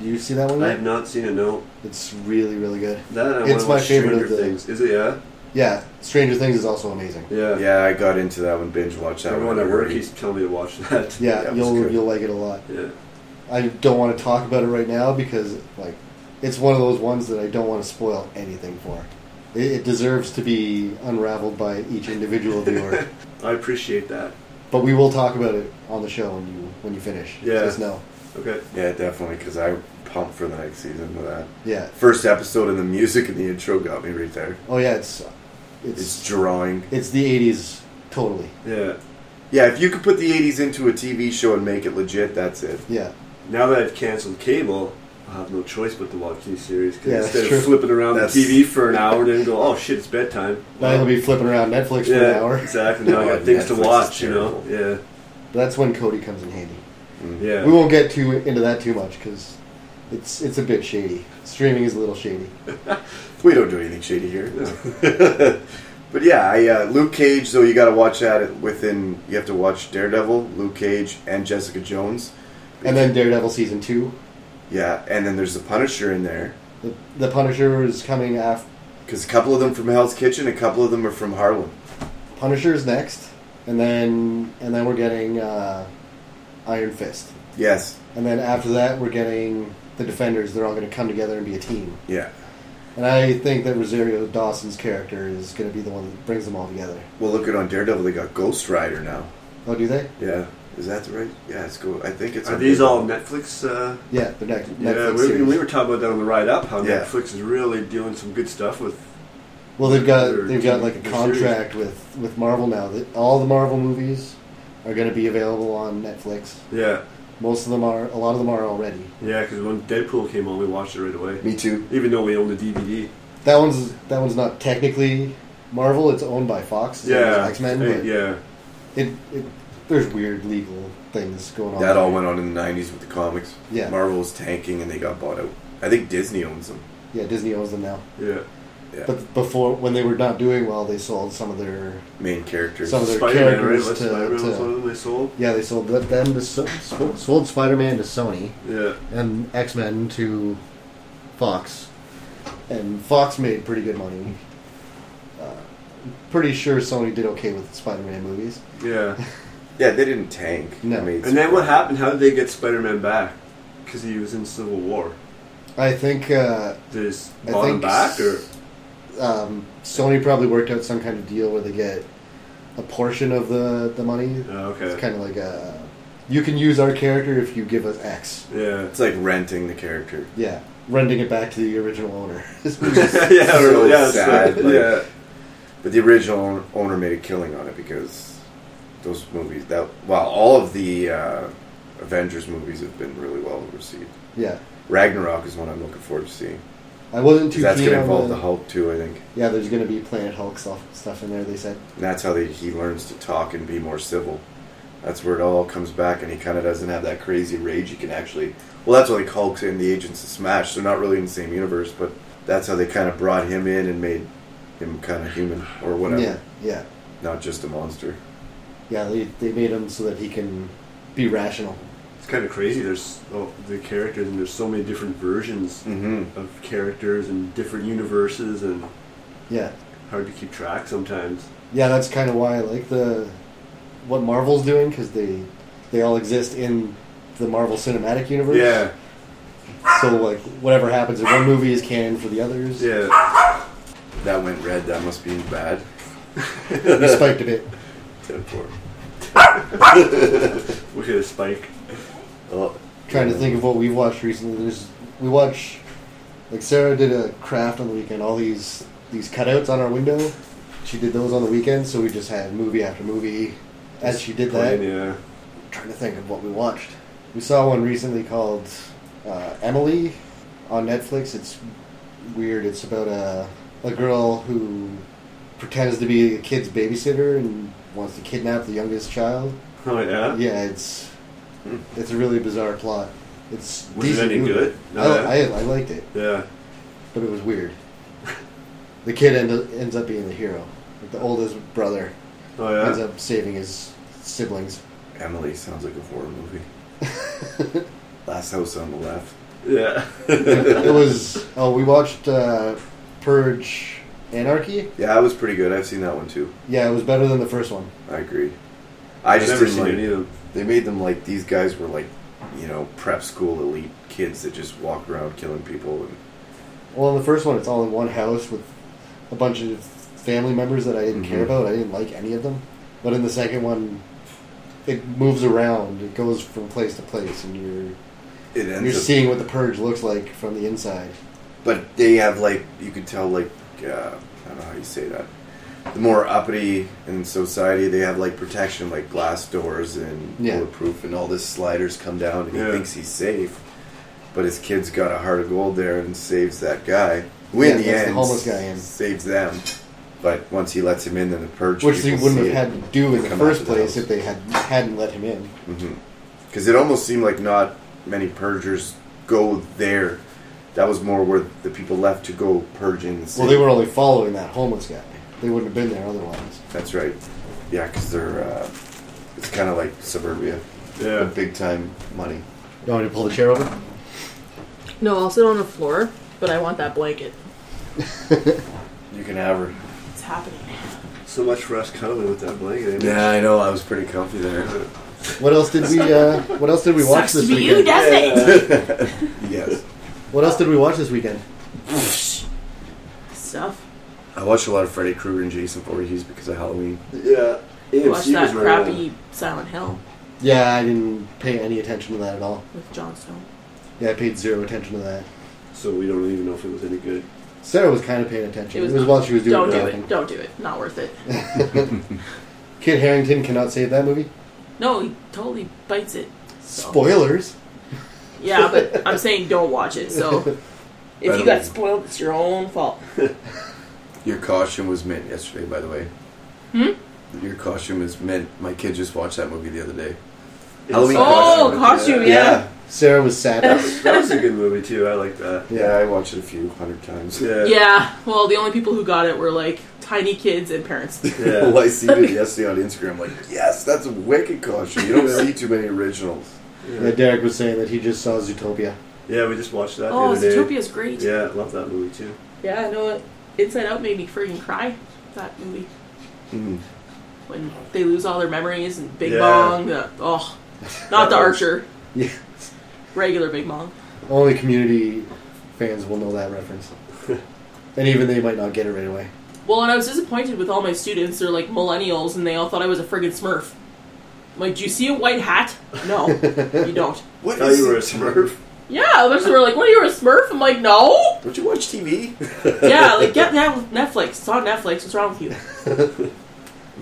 [SPEAKER 1] Do you see that one?
[SPEAKER 4] I
[SPEAKER 1] yet?
[SPEAKER 4] have not seen it. No,
[SPEAKER 1] It's really really good.
[SPEAKER 4] that I
[SPEAKER 1] It's
[SPEAKER 4] wanna
[SPEAKER 1] my
[SPEAKER 4] watch
[SPEAKER 1] favorite of
[SPEAKER 4] Stranger
[SPEAKER 1] the-
[SPEAKER 4] Things. Is it? Yeah,
[SPEAKER 1] Yeah, Stranger Things is also amazing.
[SPEAKER 4] yeah,
[SPEAKER 3] Yeah, I got into that one, binge watched that
[SPEAKER 4] Everyone
[SPEAKER 3] one.
[SPEAKER 4] at work keeps telling me to watch that.
[SPEAKER 1] Yeah,
[SPEAKER 3] Yeah, it was
[SPEAKER 1] you'll
[SPEAKER 3] good.
[SPEAKER 1] you'll like it a lot.
[SPEAKER 4] yeah.
[SPEAKER 1] I don't want to talk about it right now because like it's one of those ones that I don't want to spoil anything for. It, it deserves to be unraveled by each individual viewer.
[SPEAKER 4] I appreciate that.
[SPEAKER 1] but we will talk about it on the show when you when you finish.
[SPEAKER 4] Yeah.
[SPEAKER 1] Just know.
[SPEAKER 4] Okay.
[SPEAKER 3] Yeah, definitely, because I pumped for the next season of that.
[SPEAKER 1] Yeah.
[SPEAKER 3] First episode and the music and the intro got me right there.
[SPEAKER 1] Oh yeah, it's
[SPEAKER 3] It's
[SPEAKER 1] it's
[SPEAKER 3] drawing.
[SPEAKER 1] it's the eighties totally.
[SPEAKER 4] Yeah.
[SPEAKER 3] Yeah, if you could put the 80s into a TV show and make it legit, that's it.
[SPEAKER 1] Yeah.
[SPEAKER 4] Now that I've canceled cable, I have no choice but to watch these series. Because
[SPEAKER 1] Yeah, that's
[SPEAKER 4] instead
[SPEAKER 1] true.
[SPEAKER 4] of flipping around
[SPEAKER 3] That's-
[SPEAKER 4] the TV for an hour, then go, oh shit, it's bedtime.
[SPEAKER 1] Now you'll be flipping around Netflix for an
[SPEAKER 4] yeah,
[SPEAKER 1] hour.
[SPEAKER 4] exactly. Now I got
[SPEAKER 3] Yeah,
[SPEAKER 4] things to
[SPEAKER 3] Netflix is
[SPEAKER 4] watch. You know.
[SPEAKER 1] But that's when Cody comes in handy.
[SPEAKER 3] Mm-hmm.
[SPEAKER 4] Yeah. Yeah.
[SPEAKER 1] We won't get too into that too much because it's it's a bit shady. Streaming is a little shady.
[SPEAKER 3] We don't do anything shady here. but yeah, I, uh, Luke Cage, though, you got to watch that it within. You have to watch Daredevil, Luke Cage, and Jessica Jones.
[SPEAKER 1] And then Daredevil season two.
[SPEAKER 3] Yeah, and then there's the Punisher in there.
[SPEAKER 1] The, the Punisher is coming after.
[SPEAKER 3] Because a couple of them from Hell's Kitchen, a couple of them are from Harlem.
[SPEAKER 1] Punisher's next, and then and then we're getting uh, Iron Fist,
[SPEAKER 3] Yes.
[SPEAKER 1] and then after that we're getting the Defenders. They're all going to come together and be a team.
[SPEAKER 3] Yeah.
[SPEAKER 1] And I think that Rosario Dawson's character is going to be the one that brings them all together.
[SPEAKER 3] Well, look at on Daredevil, they got Ghost Rider now.
[SPEAKER 1] Oh, do they?
[SPEAKER 3] Yeah. Is that the right? Yeah, it's cool. I think it's.
[SPEAKER 4] Are
[SPEAKER 3] on
[SPEAKER 4] these all
[SPEAKER 3] Daredevil.
[SPEAKER 4] Netflix? Uh,
[SPEAKER 1] Yeah, the next
[SPEAKER 4] yeah,
[SPEAKER 1] Netflix
[SPEAKER 4] we,
[SPEAKER 1] series.
[SPEAKER 4] we were talking about that on the ride up. How
[SPEAKER 3] Yeah.
[SPEAKER 4] Netflix is really doing some good stuff with.
[SPEAKER 1] Well, they've
[SPEAKER 4] Or
[SPEAKER 1] got they've got
[SPEAKER 4] TV
[SPEAKER 1] like a
[SPEAKER 4] series.
[SPEAKER 1] contract with with Marvel now that all the Marvel movies are going to be available on Netflix.
[SPEAKER 4] Yeah,
[SPEAKER 1] Most of them are a lot of them are already.
[SPEAKER 4] yeah. Because when Deadpool came on, we watched it right away.
[SPEAKER 3] Me too.
[SPEAKER 4] Even though we own the DVD.
[SPEAKER 1] That one's that one's not technically Marvel. It's owned by Fox. so
[SPEAKER 4] Yeah,
[SPEAKER 1] X Men.
[SPEAKER 4] Hey,
[SPEAKER 1] but
[SPEAKER 4] yeah,
[SPEAKER 1] It, it there's weird legal things going on.
[SPEAKER 3] That all went on in the '90s with the comics.
[SPEAKER 1] Yeah.
[SPEAKER 3] Marvel was tanking, and they got bought out. I think Disney owns them.
[SPEAKER 1] Yeah, Disney owns them now.
[SPEAKER 4] yeah.
[SPEAKER 3] Yeah.
[SPEAKER 1] But before, when they were not doing well, they sold some of their
[SPEAKER 3] Main characters.
[SPEAKER 1] some of their
[SPEAKER 4] Spider-Man, right?
[SPEAKER 1] characters
[SPEAKER 4] Like,
[SPEAKER 1] to,
[SPEAKER 4] Spider-Man was one
[SPEAKER 1] to-
[SPEAKER 4] of them they sold.
[SPEAKER 1] yeah they sold th- them to so, so- sold Spider Man to Sony
[SPEAKER 4] Yeah,
[SPEAKER 1] and X Men to Fox, and Fox made pretty good money. Uh, pretty sure Sony did okay with Spider Man movies.
[SPEAKER 4] yeah.
[SPEAKER 3] Yeah, they didn't tank.
[SPEAKER 1] No.
[SPEAKER 4] And then what happened? How did they get Spider-Man back? Because he was in Civil War.
[SPEAKER 1] I think. Uh,
[SPEAKER 4] Did they just
[SPEAKER 1] I
[SPEAKER 4] bought him
[SPEAKER 1] think
[SPEAKER 4] back, or
[SPEAKER 1] s- um, Sony probably worked out some kind of deal where they get a portion of the the money.
[SPEAKER 4] Oh, okay.
[SPEAKER 1] It's kind of like a you can use our character if you give us X.
[SPEAKER 4] yeah,
[SPEAKER 3] It's like renting the character.
[SPEAKER 1] Yeah, renting it back to the original owner.
[SPEAKER 4] yeah,
[SPEAKER 3] So
[SPEAKER 4] yeah, it's
[SPEAKER 3] sad,
[SPEAKER 4] like-
[SPEAKER 3] like-
[SPEAKER 4] yeah.
[SPEAKER 3] But the original own- owner made a killing on it because those movies that well, all of the uh, Avengers movies have been really well received.
[SPEAKER 1] yeah,
[SPEAKER 3] Ragnarok is one I'm looking forward to seeing.
[SPEAKER 1] I wasn't
[SPEAKER 3] 'Cause
[SPEAKER 1] too
[SPEAKER 3] that's
[SPEAKER 1] keen
[SPEAKER 3] going to
[SPEAKER 1] on
[SPEAKER 3] involve
[SPEAKER 1] the,
[SPEAKER 3] the Hulk too, I think.
[SPEAKER 1] Yeah, there's going to be Planet Hulk stuff stuff in there. They said.
[SPEAKER 3] And that's how they, he learns to talk and be more civil. That's where it all comes back, and he kind of doesn't have that crazy rage. He can actually. Well, that's why like Hulk and the Agents of Smash. They're not really in the same universe, but that's how they kind of brought him in and made him kind of human or whatever,
[SPEAKER 1] Yeah, yeah,
[SPEAKER 3] not just a monster.
[SPEAKER 1] yeah. They they made him so that he can be rational.
[SPEAKER 4] It's kind of crazy. There's oh, the characters, and there's so many different versions
[SPEAKER 3] Mm-hmm.
[SPEAKER 4] of characters and different universes, and
[SPEAKER 1] Yeah,
[SPEAKER 4] hard to keep track sometimes.
[SPEAKER 1] yeah. That's kind of why I like the what Marvel's doing because they they all exist in the Marvel Cinematic Universe.
[SPEAKER 4] Yeah,
[SPEAKER 1] So like whatever happens in one movie is canon for the others.
[SPEAKER 4] yeah.
[SPEAKER 3] That went red. That must be bad.
[SPEAKER 1] We spiked a bit.
[SPEAKER 3] Ten four.
[SPEAKER 4] We hit a spike.
[SPEAKER 3] Oh,
[SPEAKER 1] Trying to think of what we've watched recently. There's we watch like Sarah did a craft on the weekend. All these these cutouts on our window. She did those on the weekend, so we just had movie after movie as she did that.
[SPEAKER 4] yeah.
[SPEAKER 1] trying to think of what we watched. We saw one recently called uh, Emily on Netflix. It's weird. It's about a a girl who pretends to be a kid's babysitter and wants to kidnap the youngest child.
[SPEAKER 4] Oh yeah.
[SPEAKER 1] Yeah, it's it's a really bizarre plot. It's
[SPEAKER 4] Hmm. Was it
[SPEAKER 1] decent
[SPEAKER 4] any
[SPEAKER 1] movie.
[SPEAKER 4] good? No,
[SPEAKER 1] I, I,
[SPEAKER 4] yeah.
[SPEAKER 1] I liked it,
[SPEAKER 4] Yeah.
[SPEAKER 1] but it was weird. The kid end, ends up being the hero. Like the oldest brother
[SPEAKER 4] Oh
[SPEAKER 1] ends
[SPEAKER 4] yeah.
[SPEAKER 1] up saving his siblings.
[SPEAKER 3] Emily sounds like a horror movie. Last house on the left.
[SPEAKER 4] Yeah.
[SPEAKER 1] it was oh, we watched uh, Purge Anarchy.
[SPEAKER 3] Yeah, that was pretty good. I've seen that one too.
[SPEAKER 1] Yeah, it was better than the first one.
[SPEAKER 3] I agree. I just
[SPEAKER 4] never
[SPEAKER 3] didn't
[SPEAKER 4] seen
[SPEAKER 3] like-
[SPEAKER 4] any of them.
[SPEAKER 3] They made them like these guys were like, you know, prep school elite kids that just walk around killing people. And
[SPEAKER 1] Well, in the first one, it's all in one house with a bunch of family members that I didn't care
[SPEAKER 3] Mhm.
[SPEAKER 1] about. I didn't like any of them. But in the second one, it moves around. It goes from place to place, and you're
[SPEAKER 3] it ends
[SPEAKER 1] you're
[SPEAKER 3] up-
[SPEAKER 1] seeing what the purge looks like from the inside.
[SPEAKER 3] But they have like you could tell like uh, I don't know how you say that. The more uppity in society, they have like protection, like glass doors and
[SPEAKER 1] Yeah.
[SPEAKER 3] bulletproof, and all this sliders come down, and
[SPEAKER 4] Yeah.
[SPEAKER 3] he thinks he's safe. But his kid's got a heart of gold there and saves that guy. Who
[SPEAKER 1] Yeah,
[SPEAKER 3] in the
[SPEAKER 1] that's the
[SPEAKER 3] end,
[SPEAKER 1] homeless guy in.
[SPEAKER 3] saves them. But once he lets him in, then the purge.
[SPEAKER 1] Which they
[SPEAKER 3] people
[SPEAKER 1] wouldn't
[SPEAKER 3] see
[SPEAKER 1] have had to
[SPEAKER 3] it.
[SPEAKER 1] do in the
[SPEAKER 3] Come
[SPEAKER 1] first
[SPEAKER 3] after the
[SPEAKER 1] place
[SPEAKER 3] house.
[SPEAKER 1] if they had hadn't let him in.
[SPEAKER 3] Because it almost seemed like not many purgers go there. That was more where the people left to go purge in the city.
[SPEAKER 1] Well, they were only following that homeless guy. They wouldn't have been there otherwise.
[SPEAKER 3] That's right. Yeah, because they're. Uh, it's kind of like suburbia.
[SPEAKER 4] Yeah.
[SPEAKER 3] With Big time money.
[SPEAKER 1] You want me to pull the chair over?
[SPEAKER 9] No, I'll sit on the floor, but I want that blanket.
[SPEAKER 3] You can have her.
[SPEAKER 9] It's happening.
[SPEAKER 4] So much for us cuddling with that blanket. eh?
[SPEAKER 3] Yeah, I know. I was pretty comfy there.
[SPEAKER 1] What else did we? Uh, what else did we watch
[SPEAKER 9] Sucks to
[SPEAKER 1] this
[SPEAKER 9] be you,
[SPEAKER 1] weekend?
[SPEAKER 9] doesn't it?
[SPEAKER 3] yes.
[SPEAKER 1] What else did we watch this weekend?
[SPEAKER 9] Stuff.
[SPEAKER 3] I watched a lot of Freddy Krueger and Jason Voorhees because of Halloween.
[SPEAKER 4] Yeah. AMC
[SPEAKER 9] Watch that
[SPEAKER 4] was right on.
[SPEAKER 9] crappy Silent Hill
[SPEAKER 1] Yeah, I didn't pay any attention to that at all.
[SPEAKER 9] with Jon Snow.
[SPEAKER 1] Yeah, I paid zero attention to that.
[SPEAKER 4] So we don't even know if it was any good.
[SPEAKER 1] Sarah was kind of paying attention.
[SPEAKER 9] It was, not-
[SPEAKER 1] while she was doing
[SPEAKER 9] Don't
[SPEAKER 1] her
[SPEAKER 9] do
[SPEAKER 1] shopping.
[SPEAKER 9] it. Don't do it. Not worth it.
[SPEAKER 1] Kid Harrington cannot save that movie.
[SPEAKER 9] No, he totally bites it. So.
[SPEAKER 1] Spoilers.
[SPEAKER 9] Yeah, but I'm saying don't watch it. So if you got spoiled, it's your own fault.
[SPEAKER 3] Your costume was mint yesterday, by the way. Hmm? Your costume is mint. My kid just watched that movie the other day. Halloween
[SPEAKER 9] Oh,
[SPEAKER 3] costume.
[SPEAKER 9] costume, yeah.
[SPEAKER 1] Sarah was sad.
[SPEAKER 4] That was a good movie too. I like that.
[SPEAKER 3] yeah. Yeah, I watched it a few hundred times.
[SPEAKER 4] Yeah.
[SPEAKER 9] Yeah. Well, the only people who got it were like tiny kids and parents.
[SPEAKER 4] Yeah.
[SPEAKER 3] well, I seen it yesterday on Instagram. Like, yes, that's a wicked costume. You don't see too many originals.
[SPEAKER 1] yeah, Derek was saying that he just saw Zootopia.
[SPEAKER 4] Yeah, we just watched that.
[SPEAKER 9] Oh,
[SPEAKER 4] the other day.
[SPEAKER 9] Zootopia's great.
[SPEAKER 4] Yeah, love that movie too.
[SPEAKER 9] Yeah, I know it. Inside Out made me freaking cry. That movie. When they lose all their memories and Big
[SPEAKER 4] Mm-hmm. Yeah.
[SPEAKER 9] Bong. The, oh, not the
[SPEAKER 4] was-
[SPEAKER 9] Archer.
[SPEAKER 1] Yeah.
[SPEAKER 9] Regular Big Bong.
[SPEAKER 1] Only community fans will know that reference. and even they might not get it right away.
[SPEAKER 9] Well, and I was disappointed with all my students. They're like millennials, and they all thought I was a friggin' Smurf. I'm like, do you see a white hat? No, you don't.
[SPEAKER 3] What
[SPEAKER 4] Thought
[SPEAKER 3] is
[SPEAKER 4] you were a
[SPEAKER 3] it?
[SPEAKER 4] Smurf.
[SPEAKER 9] Yeah, a bunch of them were like, "What are you a Smurf?" I'm like, "No."
[SPEAKER 3] Don't you watch TV?
[SPEAKER 9] Yeah, like get that with Netflix. It's on Netflix. What's wrong with you?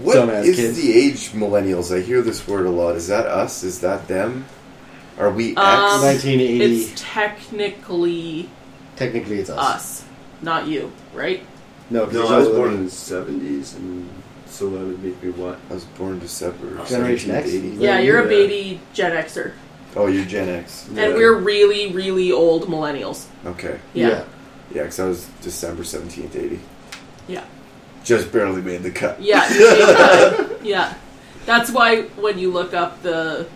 [SPEAKER 3] What is
[SPEAKER 1] Dumbass kids.
[SPEAKER 3] the age millennials? I hear this word a lot. Is that us? Is that them? Are we X?
[SPEAKER 9] Um,
[SPEAKER 1] 1980.
[SPEAKER 9] It's technically
[SPEAKER 1] technically, it's us.
[SPEAKER 9] us, not you, right?
[SPEAKER 1] No, 'cause
[SPEAKER 4] No,
[SPEAKER 1] it's
[SPEAKER 4] I was
[SPEAKER 1] all
[SPEAKER 4] born in
[SPEAKER 1] living-
[SPEAKER 4] the seventies, and so that would make me what?
[SPEAKER 3] I was born December
[SPEAKER 1] Oh, Generation X?
[SPEAKER 3] 1980.
[SPEAKER 9] Yeah, you're a
[SPEAKER 4] Yeah.
[SPEAKER 9] baby Gen Xer,
[SPEAKER 3] Oh, you're Gen X.
[SPEAKER 4] Yeah.
[SPEAKER 9] and we're really, really old millennials.
[SPEAKER 3] Okay.
[SPEAKER 1] Yeah.
[SPEAKER 9] Yeah, yeah,
[SPEAKER 3] Yeah, because I was December 17th, 80.
[SPEAKER 9] yeah.
[SPEAKER 3] Just barely made the cut.
[SPEAKER 9] Yeah, same time. yeah. That's why when you look up the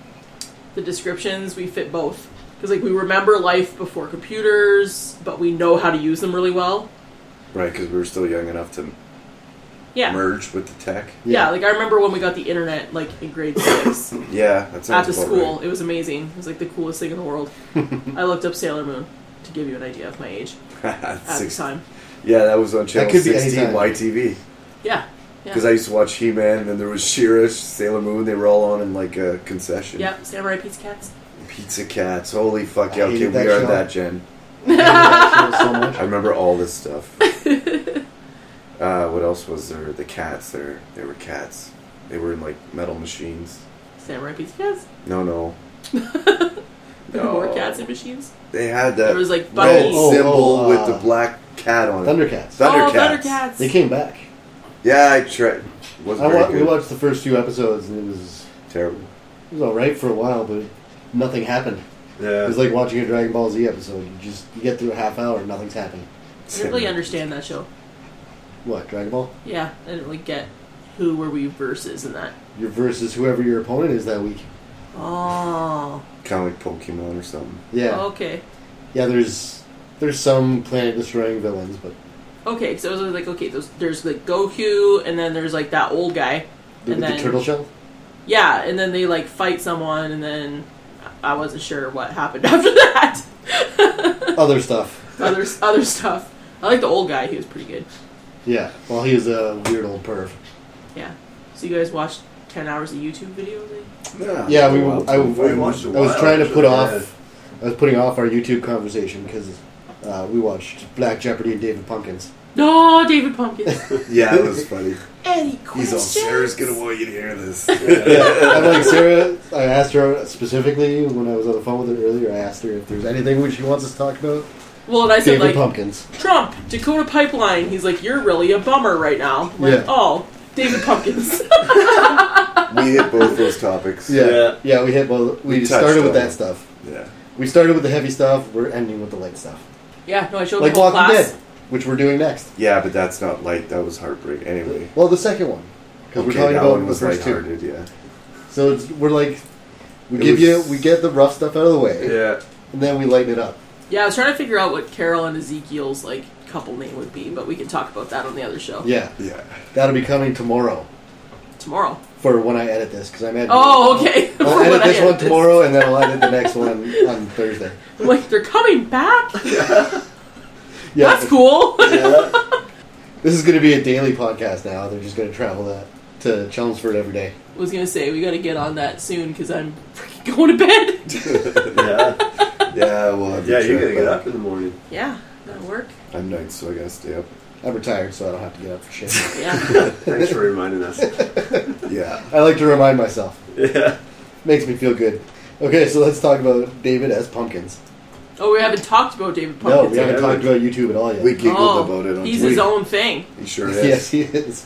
[SPEAKER 9] the descriptions, we fit both because like we remember life before computers, but we know how to use them really well.
[SPEAKER 3] Right, because we were still young enough to
[SPEAKER 9] Yeah.
[SPEAKER 3] merge with the tech.
[SPEAKER 9] yeah, Like I remember when we got the internet, like in grade six
[SPEAKER 3] Yeah, that sounds
[SPEAKER 9] at the
[SPEAKER 3] about
[SPEAKER 9] school.
[SPEAKER 3] right.
[SPEAKER 9] It was amazing. It was like the coolest thing in the world. I looked up Sailor Moon to give you an idea of my age at
[SPEAKER 3] Six-
[SPEAKER 9] the time.
[SPEAKER 3] Yeah, that was on channel
[SPEAKER 1] could be any
[SPEAKER 3] 16
[SPEAKER 1] time.
[SPEAKER 3] YTV.
[SPEAKER 9] Yeah,
[SPEAKER 3] Because
[SPEAKER 9] yeah,
[SPEAKER 3] I used to watch He Man, and then there was She-Ra, Sailor Moon. They were all on in like a concession.
[SPEAKER 9] yeah. Samurai Pizza Cats.
[SPEAKER 3] Pizza Cats. Holy fuck,
[SPEAKER 1] I
[SPEAKER 3] yeah, okay,
[SPEAKER 1] hated
[SPEAKER 3] we
[SPEAKER 1] that
[SPEAKER 3] are
[SPEAKER 1] show.
[SPEAKER 3] that gen.
[SPEAKER 1] Yeah, so much.
[SPEAKER 3] I remember all this stuff. uh, what else was there? The cats. There, they were cats. They were in like metal machines.
[SPEAKER 9] Samurai Pizza Cats.
[SPEAKER 3] No, no,
[SPEAKER 9] There were More cats and machines.
[SPEAKER 3] they had that
[SPEAKER 9] There was like
[SPEAKER 3] red
[SPEAKER 9] bunnies.
[SPEAKER 1] Oh,
[SPEAKER 3] symbol
[SPEAKER 1] oh,
[SPEAKER 3] with
[SPEAKER 1] uh,
[SPEAKER 3] the black cat on it.
[SPEAKER 1] Thundercats.
[SPEAKER 3] Thundercats.
[SPEAKER 9] Oh, Thundercats.
[SPEAKER 1] They came back.
[SPEAKER 3] Yeah, I tried.
[SPEAKER 1] I
[SPEAKER 3] Wasn't very
[SPEAKER 1] wa- we
[SPEAKER 3] good.
[SPEAKER 1] watched the first two episodes and it was
[SPEAKER 3] Terrible.
[SPEAKER 1] it was all right for a while, but nothing happened. It
[SPEAKER 4] Yeah.
[SPEAKER 1] was like watching a Dragon Ball Z episode. You just you get through a half hour and nothing's happened.
[SPEAKER 9] I didn't really understand that show.
[SPEAKER 1] What Dragon Ball?
[SPEAKER 9] Yeah, I didn't really get who were we versus in that.
[SPEAKER 1] You're versus whoever your opponent is that week.
[SPEAKER 9] Oh,
[SPEAKER 3] Kind of like Pokemon or something.
[SPEAKER 1] Yeah,
[SPEAKER 9] okay,
[SPEAKER 1] yeah. There's there's some planet destroying villains, but
[SPEAKER 9] okay. So I was like, okay, there's, there's like Goku, and then there's like that old guy,
[SPEAKER 1] the,
[SPEAKER 9] and
[SPEAKER 1] the
[SPEAKER 9] then
[SPEAKER 1] turtle shell.
[SPEAKER 9] yeah, and then they like fight someone, and then I I wasn't sure what happened after that.
[SPEAKER 1] Other stuff.
[SPEAKER 9] other other stuff. I like the old guy; he was pretty good.
[SPEAKER 1] Yeah. Well, he was a weird old perv.
[SPEAKER 9] Yeah. So you guys watched ten hours of YouTube videos? eh?
[SPEAKER 1] Yeah, we. I, I,
[SPEAKER 4] We watched a
[SPEAKER 1] I was
[SPEAKER 4] while,
[SPEAKER 1] trying to put
[SPEAKER 4] actually,
[SPEAKER 1] off. I was putting off our YouTube conversation because uh, we watched Black Jeopardy and David Pumpkins.
[SPEAKER 9] No, David Pumpkins.
[SPEAKER 3] Yeah, that was funny.
[SPEAKER 9] Any
[SPEAKER 3] He's all
[SPEAKER 9] questions?
[SPEAKER 3] Sarah's gonna want you to hear this.
[SPEAKER 1] I'm like Sarah. I asked her specifically when I was on the phone with her earlier. I asked her if there's anything she wants us to talk about.
[SPEAKER 9] Well, and I said
[SPEAKER 1] David
[SPEAKER 9] like
[SPEAKER 1] Pumpkins.
[SPEAKER 9] Trump, Dakota Pipeline. He's like, you're really a bummer right now. I'm like,
[SPEAKER 1] Yeah.
[SPEAKER 9] oh, David Pumpkins.
[SPEAKER 3] we hit both those topics.
[SPEAKER 1] Yeah, yeah,
[SPEAKER 4] Yeah.
[SPEAKER 1] we had both. We,
[SPEAKER 3] We touched
[SPEAKER 1] started with
[SPEAKER 3] on
[SPEAKER 1] that
[SPEAKER 3] it.
[SPEAKER 1] stuff.
[SPEAKER 3] Yeah.
[SPEAKER 1] We started with the heavy stuff. We're ending with the light stuff,
[SPEAKER 9] yeah, no, I showed
[SPEAKER 1] like
[SPEAKER 9] the whole
[SPEAKER 1] Walking
[SPEAKER 9] class.
[SPEAKER 1] Dead, which we're doing next.
[SPEAKER 3] Yeah, but that's not light. That was heartbreak. Anyway.
[SPEAKER 1] Well, the second one because we're
[SPEAKER 3] Okay,
[SPEAKER 1] talking
[SPEAKER 3] that
[SPEAKER 1] about
[SPEAKER 3] one
[SPEAKER 1] the
[SPEAKER 3] was
[SPEAKER 1] first two.
[SPEAKER 3] lighthearted, yeah.
[SPEAKER 1] So it's, we're like, we
[SPEAKER 3] It
[SPEAKER 1] give you,
[SPEAKER 3] was-
[SPEAKER 1] we get the rough stuff out of the way,
[SPEAKER 4] Yeah.
[SPEAKER 1] and then we lighten it up.
[SPEAKER 9] Yeah, I was trying to figure out what Carol and Ezekiel's like couple name would be, but we can talk about that on the other show
[SPEAKER 1] Yeah,
[SPEAKER 3] Yeah.
[SPEAKER 1] that'll be coming tomorrow
[SPEAKER 9] tomorrow.
[SPEAKER 1] for when I edit this because I'm editing.
[SPEAKER 9] Oh, okay.
[SPEAKER 1] I'll
[SPEAKER 9] For when
[SPEAKER 1] edit
[SPEAKER 9] I
[SPEAKER 1] this
[SPEAKER 9] edit
[SPEAKER 1] one tomorrow, and then I'll edit the next one on Thursday.
[SPEAKER 9] I'm like they're coming back.
[SPEAKER 1] Yeah,
[SPEAKER 9] That's cool.
[SPEAKER 1] This is going to be a daily podcast now. They're just going to travel that to Chelmsford every day.
[SPEAKER 9] was gonna say we gotta get on that soon because I'm freaking going to bed.
[SPEAKER 4] Yeah.
[SPEAKER 3] Yeah, well, I'd be
[SPEAKER 4] Yeah, you gotta
[SPEAKER 3] tripping.
[SPEAKER 4] get up in the morning.
[SPEAKER 9] yeah, that'll work.
[SPEAKER 3] I'm night, so I gotta stay up.
[SPEAKER 1] I'm retired, so I don't have to get up for shit.
[SPEAKER 9] Yeah,
[SPEAKER 4] Thanks for reminding us.
[SPEAKER 3] Yeah.
[SPEAKER 1] I like to remind myself.
[SPEAKER 4] Yeah.
[SPEAKER 1] Makes me feel good. Okay, so let's talk about David as Pumpkins.
[SPEAKER 9] Oh, we haven't talked about David
[SPEAKER 1] No,
[SPEAKER 9] Pumpkins.
[SPEAKER 1] we haven't talked about YouTube at all yet.
[SPEAKER 3] We giggled
[SPEAKER 9] oh,
[SPEAKER 3] about it on
[SPEAKER 9] he's
[SPEAKER 3] Twitter.
[SPEAKER 9] his own thing.
[SPEAKER 3] He sure is.
[SPEAKER 1] yes, he is.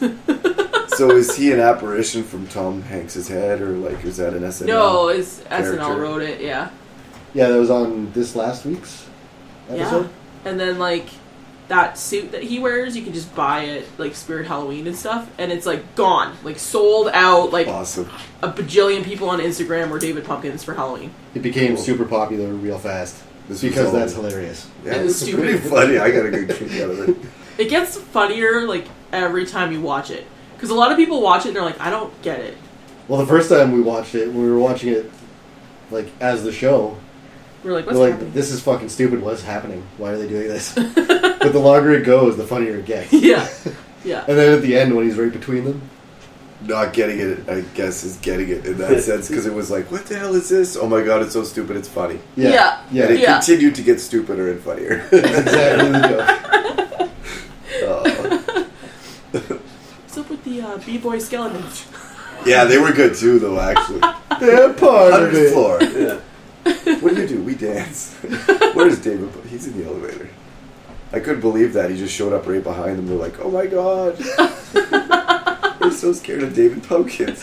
[SPEAKER 3] So is he an apparition from Tom Hanks's head, or like is that an SNL?
[SPEAKER 9] No, it's SNL
[SPEAKER 3] character.
[SPEAKER 9] wrote it. Yeah,
[SPEAKER 1] yeah, that was on this last week's episode.
[SPEAKER 9] yeah. And then like that suit that he wears, you can just buy it like Spirit Halloween and stuff, and it's like gone, like sold out. Like
[SPEAKER 3] Awesome.
[SPEAKER 9] a bajillion people on Instagram were David Pumpkins for Halloween.
[SPEAKER 1] It became
[SPEAKER 3] Cool.
[SPEAKER 1] super popular real fast
[SPEAKER 3] This
[SPEAKER 1] because
[SPEAKER 3] was all-
[SPEAKER 1] that's hilarious.
[SPEAKER 3] Yeah,
[SPEAKER 9] It
[SPEAKER 3] it's
[SPEAKER 9] was stupid.
[SPEAKER 3] pretty funny. I got a good kick out of it.
[SPEAKER 9] It gets funnier like every time you watch it because a lot of people watch it and they're like, I don't get it.
[SPEAKER 1] Well, the first time we watched it, we were watching it like as the show.
[SPEAKER 9] We're like, what's
[SPEAKER 1] We're like,
[SPEAKER 9] happening?
[SPEAKER 1] this is fucking stupid. What's happening? Why are they doing this? but the longer it goes, the funnier it gets.
[SPEAKER 9] yeah, yeah.
[SPEAKER 1] And then at the end, when he's right between them,
[SPEAKER 3] Not getting it, I guess, is getting it in that sense because it was like, what the hell is this? Oh my god, it's so stupid, it's funny.
[SPEAKER 1] yeah,
[SPEAKER 9] Yeah.
[SPEAKER 1] yeah,
[SPEAKER 3] And it
[SPEAKER 9] Yeah.
[SPEAKER 3] continued to get stupider and funnier.
[SPEAKER 1] that's exactly the joke.
[SPEAKER 3] Oh.
[SPEAKER 9] What's up with the uh, b-boy skeletons?
[SPEAKER 3] yeah, they were good too, though. Actually,
[SPEAKER 1] They're part of
[SPEAKER 3] hundredth
[SPEAKER 1] it.
[SPEAKER 3] floor.
[SPEAKER 4] Yeah.
[SPEAKER 3] What do you do? We dance. Where's David? He's in the elevator. I couldn't believe that. He just showed up right behind them. They're like, oh my god. We're so scared of David Pumpkins.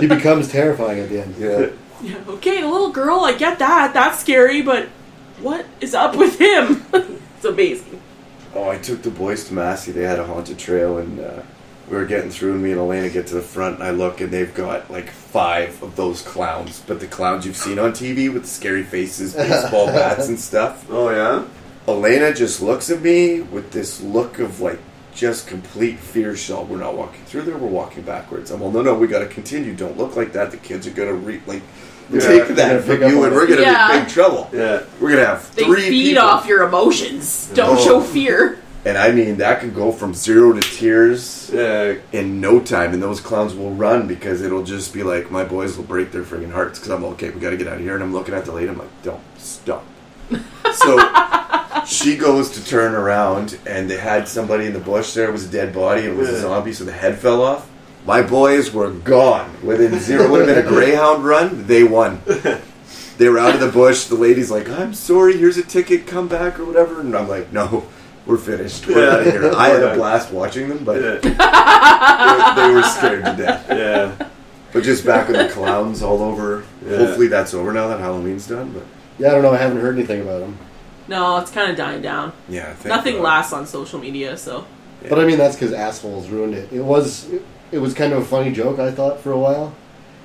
[SPEAKER 1] He becomes terrifying at the end.
[SPEAKER 3] yeah.
[SPEAKER 9] Yeah, okay, the little girl, I get that. That's scary, but what is up with him? it's amazing.
[SPEAKER 3] Oh, I took the boys to Massey. They had a haunted trail, and uh, we were getting through, and me and Elena get to the front, and I look, and they've got like five of those clowns, but the clowns you've seen on TV with the scary faces, baseball bats, and stuff.
[SPEAKER 4] Oh yeah.
[SPEAKER 3] Elena just looks at me with this look of like just complete fear. Shell. We're not walking through there. We're walking backwards. I'm all no, no. We got to continue. Don't look like that. The kids are gonna re- like
[SPEAKER 4] Yeah,
[SPEAKER 3] take
[SPEAKER 4] they're
[SPEAKER 1] gonna
[SPEAKER 3] that
[SPEAKER 1] pick
[SPEAKER 3] from
[SPEAKER 1] up
[SPEAKER 3] you,
[SPEAKER 1] on
[SPEAKER 3] and
[SPEAKER 1] it.
[SPEAKER 3] we're gonna be
[SPEAKER 9] Yeah.
[SPEAKER 3] in big trouble.
[SPEAKER 4] Yeah.
[SPEAKER 3] We're gonna have
[SPEAKER 9] They
[SPEAKER 3] three
[SPEAKER 9] feed
[SPEAKER 3] people.
[SPEAKER 9] off your emotions. Don't
[SPEAKER 3] Oh.
[SPEAKER 9] show fear.
[SPEAKER 3] and I mean that can go from zero to tears
[SPEAKER 4] Yeah.
[SPEAKER 3] in no time. And those clowns will run because it'll just be like my boys will break their friggin' hearts because I'm all, okay. We got to get out of here. And I'm looking at the lady. I'm like, don't stop. So she goes to turn around, and they had somebody in the bush. There It was a dead body. It was a zombie, so the head fell off. My boys were gone within zero. Would have been a greyhound run. They won. They were out of the bush. The lady's like, "I'm sorry. Here's a ticket. Come back or whatever." And I'm like, "No, we're finished. We're
[SPEAKER 4] Yeah.
[SPEAKER 3] out of here." I had a blast watching them, but they, they were scared to death.
[SPEAKER 4] yeah.
[SPEAKER 3] But just back with the clowns all over.
[SPEAKER 4] Yeah.
[SPEAKER 3] Hopefully that's over now that Halloween's done. But
[SPEAKER 1] Yeah, I don't know. I haven't heard anything about him.
[SPEAKER 9] No, it's kind of dying down.
[SPEAKER 3] yeah, thank
[SPEAKER 9] Nothing
[SPEAKER 3] God.
[SPEAKER 9] lasts on social media, so
[SPEAKER 1] But I mean, that's because assholes ruined it. It was it was kind of a funny joke I thought for a while,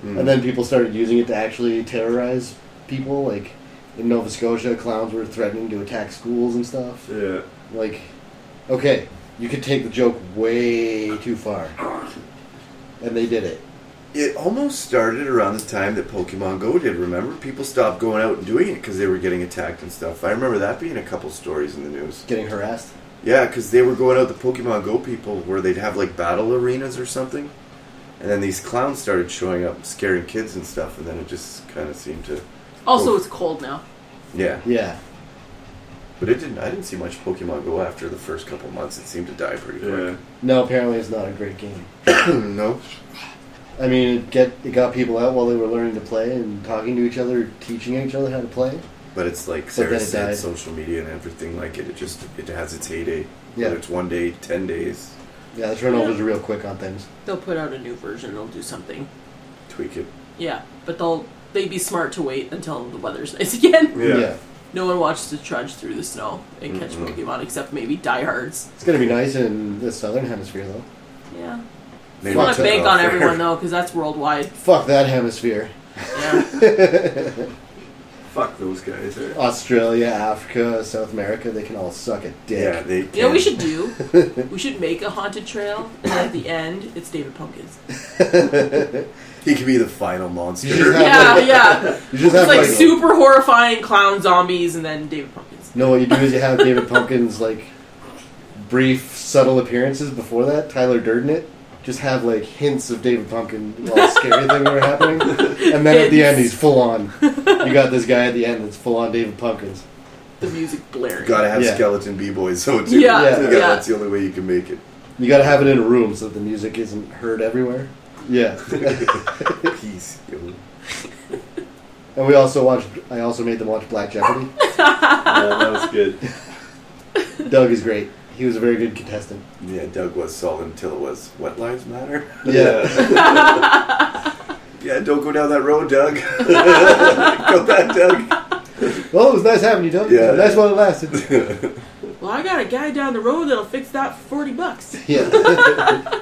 [SPEAKER 1] and then people started using it to actually terrorize people. Like in Nova Scotia, clowns were threatening to attack schools and stuff.
[SPEAKER 4] Yeah.
[SPEAKER 1] Like, okay, you could take the joke way too far, and they did it.
[SPEAKER 3] It almost started around the time that Pokemon Go did. Remember, people stopped going out and doing it because they were getting attacked and stuff. I remember that being a couple stories in the news.
[SPEAKER 1] Getting harassed.
[SPEAKER 3] Yeah, because they were going out the Pokemon Go people where they'd have like battle arenas or something, and then these clowns started showing up, scaring kids and stuff, and then it just kind of seemed to
[SPEAKER 9] also
[SPEAKER 3] Oh.
[SPEAKER 9] it's cold now.
[SPEAKER 3] yeah.
[SPEAKER 1] Yeah,
[SPEAKER 3] But it didn't. I didn't see much Pokemon Go after the first couple months. It seemed to die pretty
[SPEAKER 4] Yeah.
[SPEAKER 3] quick. Mm,
[SPEAKER 1] no, apparently it's not a great game.
[SPEAKER 3] no.
[SPEAKER 1] I mean, it get it got people out while they were learning to play and talking to each other, teaching each other how to play.
[SPEAKER 3] But it's like
[SPEAKER 1] then
[SPEAKER 3] Sarah
[SPEAKER 1] it
[SPEAKER 3] said,
[SPEAKER 1] died.
[SPEAKER 3] social media and everything like it. It just it has its heyday.
[SPEAKER 1] Yeah.
[SPEAKER 3] Whether it's one day, ten days,
[SPEAKER 1] Yeah, the turnovers are real quick on things.
[SPEAKER 9] They'll put out a new version. They'll do something.
[SPEAKER 3] tweak it.
[SPEAKER 9] Yeah, but they'll they'd be smart to wait until the weather's nice again.
[SPEAKER 4] Yeah.
[SPEAKER 1] yeah.
[SPEAKER 9] No one wants to trudge through the snow and catch
[SPEAKER 1] Mm-hmm.
[SPEAKER 9] Pokemon except maybe diehards.
[SPEAKER 1] It's gonna be nice in the southern hemisphere though.
[SPEAKER 9] Yeah,
[SPEAKER 3] Maybe
[SPEAKER 9] I want to
[SPEAKER 3] took
[SPEAKER 9] bank
[SPEAKER 3] off
[SPEAKER 9] on
[SPEAKER 3] there.
[SPEAKER 9] everyone though because that's worldwide.
[SPEAKER 1] Fuck that hemisphere.
[SPEAKER 9] Yeah,
[SPEAKER 4] Fuck those guys. eh?
[SPEAKER 1] Australia, Africa, South America, they can all suck a dick.
[SPEAKER 3] Yeah, they.
[SPEAKER 9] you know what we
[SPEAKER 3] can.
[SPEAKER 9] should do? we should make a haunted trail, and at the end, it's David Pumpkins.
[SPEAKER 3] He could be the final monster.
[SPEAKER 1] You just have-
[SPEAKER 9] Yeah, yeah.
[SPEAKER 1] You just
[SPEAKER 9] It's
[SPEAKER 1] have
[SPEAKER 9] like
[SPEAKER 1] like,
[SPEAKER 9] super horrifying clown zombies, and then David Pumpkins.
[SPEAKER 1] No, what you do is you have David Pumpkins like brief, subtle appearances before that, Tyler Durden it. Just have like hints of David Pumpkin while scary things are happening. And then at the end he's full on. You got this guy at the end that's full on David Pumpkins.
[SPEAKER 9] The music blaring.
[SPEAKER 3] Gotta have
[SPEAKER 1] Yeah.
[SPEAKER 3] skeleton b boys, so too.
[SPEAKER 9] Yeah,
[SPEAKER 1] Yeah.
[SPEAKER 3] You gotta-
[SPEAKER 9] yeah.
[SPEAKER 3] That's the only way you can make it.
[SPEAKER 1] You gotta have it in a room so that the music isn't heard everywhere. Yeah.
[SPEAKER 3] Peace. yo.
[SPEAKER 1] and we also watched I also made them watch Black Jeopardy.
[SPEAKER 4] Yeah, that was good.
[SPEAKER 1] Doug is great. He was a very good contestant.
[SPEAKER 3] Yeah, Doug was solid until it was What Lives Matter.
[SPEAKER 1] Yeah.
[SPEAKER 3] yeah, don't go down that road, Doug. go back, Doug.
[SPEAKER 1] well, it was nice having you, Doug.
[SPEAKER 3] Yeah.
[SPEAKER 1] Nice while it lasted.
[SPEAKER 9] Well, I got a guy down the road that'll fix that for forty bucks.
[SPEAKER 1] yeah.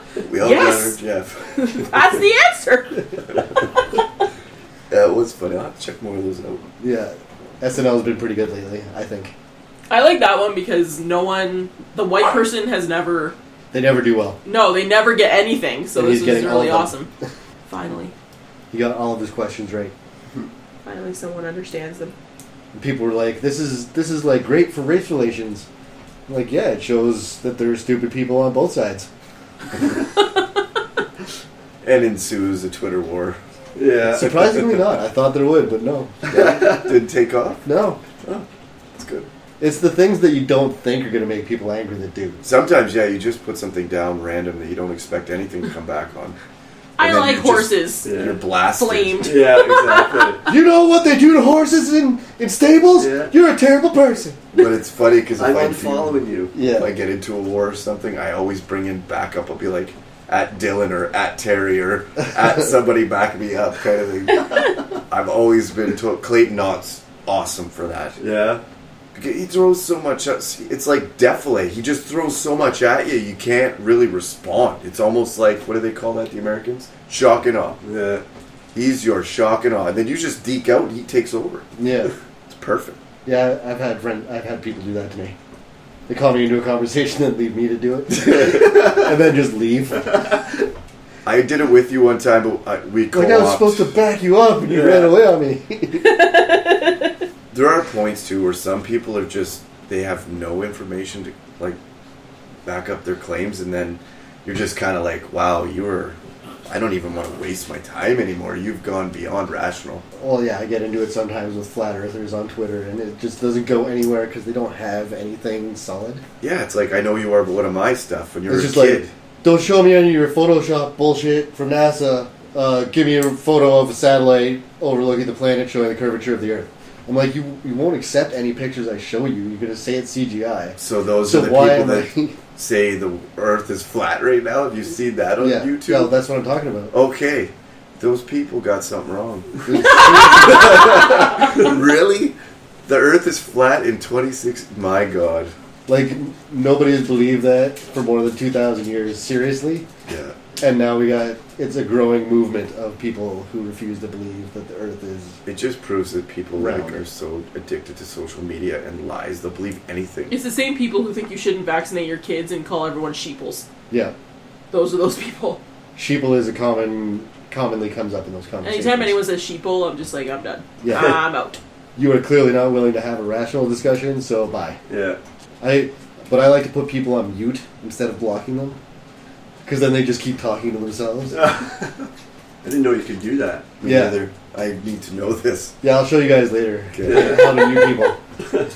[SPEAKER 3] We all
[SPEAKER 9] Yes.
[SPEAKER 3] got her, Jeff.
[SPEAKER 9] That's the answer.
[SPEAKER 3] That was funny. I'll have to check more of those out.
[SPEAKER 1] Yeah. SNL's been pretty good lately, I think.
[SPEAKER 9] I like that one because no one, the white person has never.
[SPEAKER 1] They never do well.
[SPEAKER 9] No, they never get anything. So
[SPEAKER 1] And
[SPEAKER 9] this
[SPEAKER 1] he's
[SPEAKER 9] is
[SPEAKER 1] getting all
[SPEAKER 9] really
[SPEAKER 1] of them.
[SPEAKER 9] awesome. Finally,
[SPEAKER 1] He got all of his questions right.
[SPEAKER 9] finally, someone understands them.
[SPEAKER 1] And people were like, This is this is like great for race relations. I'm like, yeah, it shows that there are stupid people on both sides.
[SPEAKER 3] And ensues a Twitter war.
[SPEAKER 4] Yeah.
[SPEAKER 1] Surprisingly not. I thought there would, but no.
[SPEAKER 3] Did take off.
[SPEAKER 1] No.
[SPEAKER 3] It's good.
[SPEAKER 1] It's the things that you don't think are gonna make people angry that do.
[SPEAKER 3] Sometimes, yeah, you just put something down random that you don't expect anything to come back on.
[SPEAKER 9] I
[SPEAKER 3] then
[SPEAKER 9] like
[SPEAKER 3] you just-
[SPEAKER 9] horses.
[SPEAKER 4] Yeah.
[SPEAKER 3] You're blasted.
[SPEAKER 9] Flamed.
[SPEAKER 4] Yeah, exactly.
[SPEAKER 1] You know what they do to horses in, in stables?
[SPEAKER 4] Yeah.
[SPEAKER 1] You're a terrible person.
[SPEAKER 3] But it's funny because if
[SPEAKER 4] I'm
[SPEAKER 3] I do-
[SPEAKER 4] unfollowing you.
[SPEAKER 1] Yeah.
[SPEAKER 3] if I get into a war or something, I always bring in backup. I'll be like, at Dylan or at Terry or at somebody back me up kind of thing. I've always been told Clayton Knott's awesome for that.
[SPEAKER 4] Yeah.
[SPEAKER 3] Because he throws so much at It's like defile. He just throws so much at you, you can't really respond. It's almost like, what do they call that, the Americans? Shock and awe.
[SPEAKER 4] Yeah.
[SPEAKER 3] He's your shock and awe. And then you just deke out and he takes over.
[SPEAKER 1] Yeah.
[SPEAKER 3] It's perfect.
[SPEAKER 1] Yeah, I've had friend, I've had people do that to me. They call me into a conversation and leave me to do it, and then just leave. Like
[SPEAKER 3] I did it with you one time, but I, we co
[SPEAKER 1] I was supposed to back you up, and you
[SPEAKER 4] Yeah.
[SPEAKER 1] ran away on me.
[SPEAKER 3] there are points too where some people are just they have no information to like back up their claims and then you're just kind of like wow you were i don't even want to waste my time anymore you've gone beyond rational
[SPEAKER 1] well, yeah, I get into it sometimes with flat earthers on Twitter, and it just doesn't go anywhere because they don't have anything solid.
[SPEAKER 3] yeah it's like i know you are but what am i stuff when you're
[SPEAKER 1] it's
[SPEAKER 3] a
[SPEAKER 1] just
[SPEAKER 3] kid
[SPEAKER 1] like, don't show me any of your Photoshop bullshit from NASA. uh, give me a photo of a satellite overlooking the planet showing the curvature of the Earth. I'm like, you, you won't accept any pictures I show you. You're going to say it's CGI.
[SPEAKER 3] So those
[SPEAKER 1] So
[SPEAKER 3] are the
[SPEAKER 1] why
[SPEAKER 3] people
[SPEAKER 1] am
[SPEAKER 3] that
[SPEAKER 1] I-
[SPEAKER 3] say the Earth is flat right now. Have you seen that on
[SPEAKER 1] yeah,
[SPEAKER 3] YouTube?
[SPEAKER 1] no, that's what I'm talking about.
[SPEAKER 3] okay, those people got something wrong. really? The Earth is flat in 26. My God.
[SPEAKER 1] Like, nobody has believed that for more than 2,000 years. Seriously?
[SPEAKER 3] Yeah.
[SPEAKER 1] And now we got it's a growing movement of people who refuse to believe that the Earth is.
[SPEAKER 3] It just proves that people like
[SPEAKER 1] Round.
[SPEAKER 3] are so addicted to social media and lies. They'll believe anything.
[SPEAKER 9] It's the same people who think you shouldn't vaccinate your kids and call everyone sheeples.
[SPEAKER 1] Yeah,
[SPEAKER 9] Those are those people.
[SPEAKER 1] sheeple is a common commonly comes up in those conversations.
[SPEAKER 9] Anytime anyone says sheeple, I'm just like, I'm done.
[SPEAKER 1] Yeah.
[SPEAKER 9] I'm out.
[SPEAKER 1] you are clearly not willing to have a rational discussion, so bye.
[SPEAKER 3] Yeah.
[SPEAKER 1] I, but I like to put people on mute instead of blocking them, because then they just keep talking to themselves.
[SPEAKER 4] I didn't know you could do that.
[SPEAKER 3] Me
[SPEAKER 1] Yeah.
[SPEAKER 3] neither. I need to know this.
[SPEAKER 1] Yeah, I'll show you guys later
[SPEAKER 3] Okay.
[SPEAKER 1] how to mute people.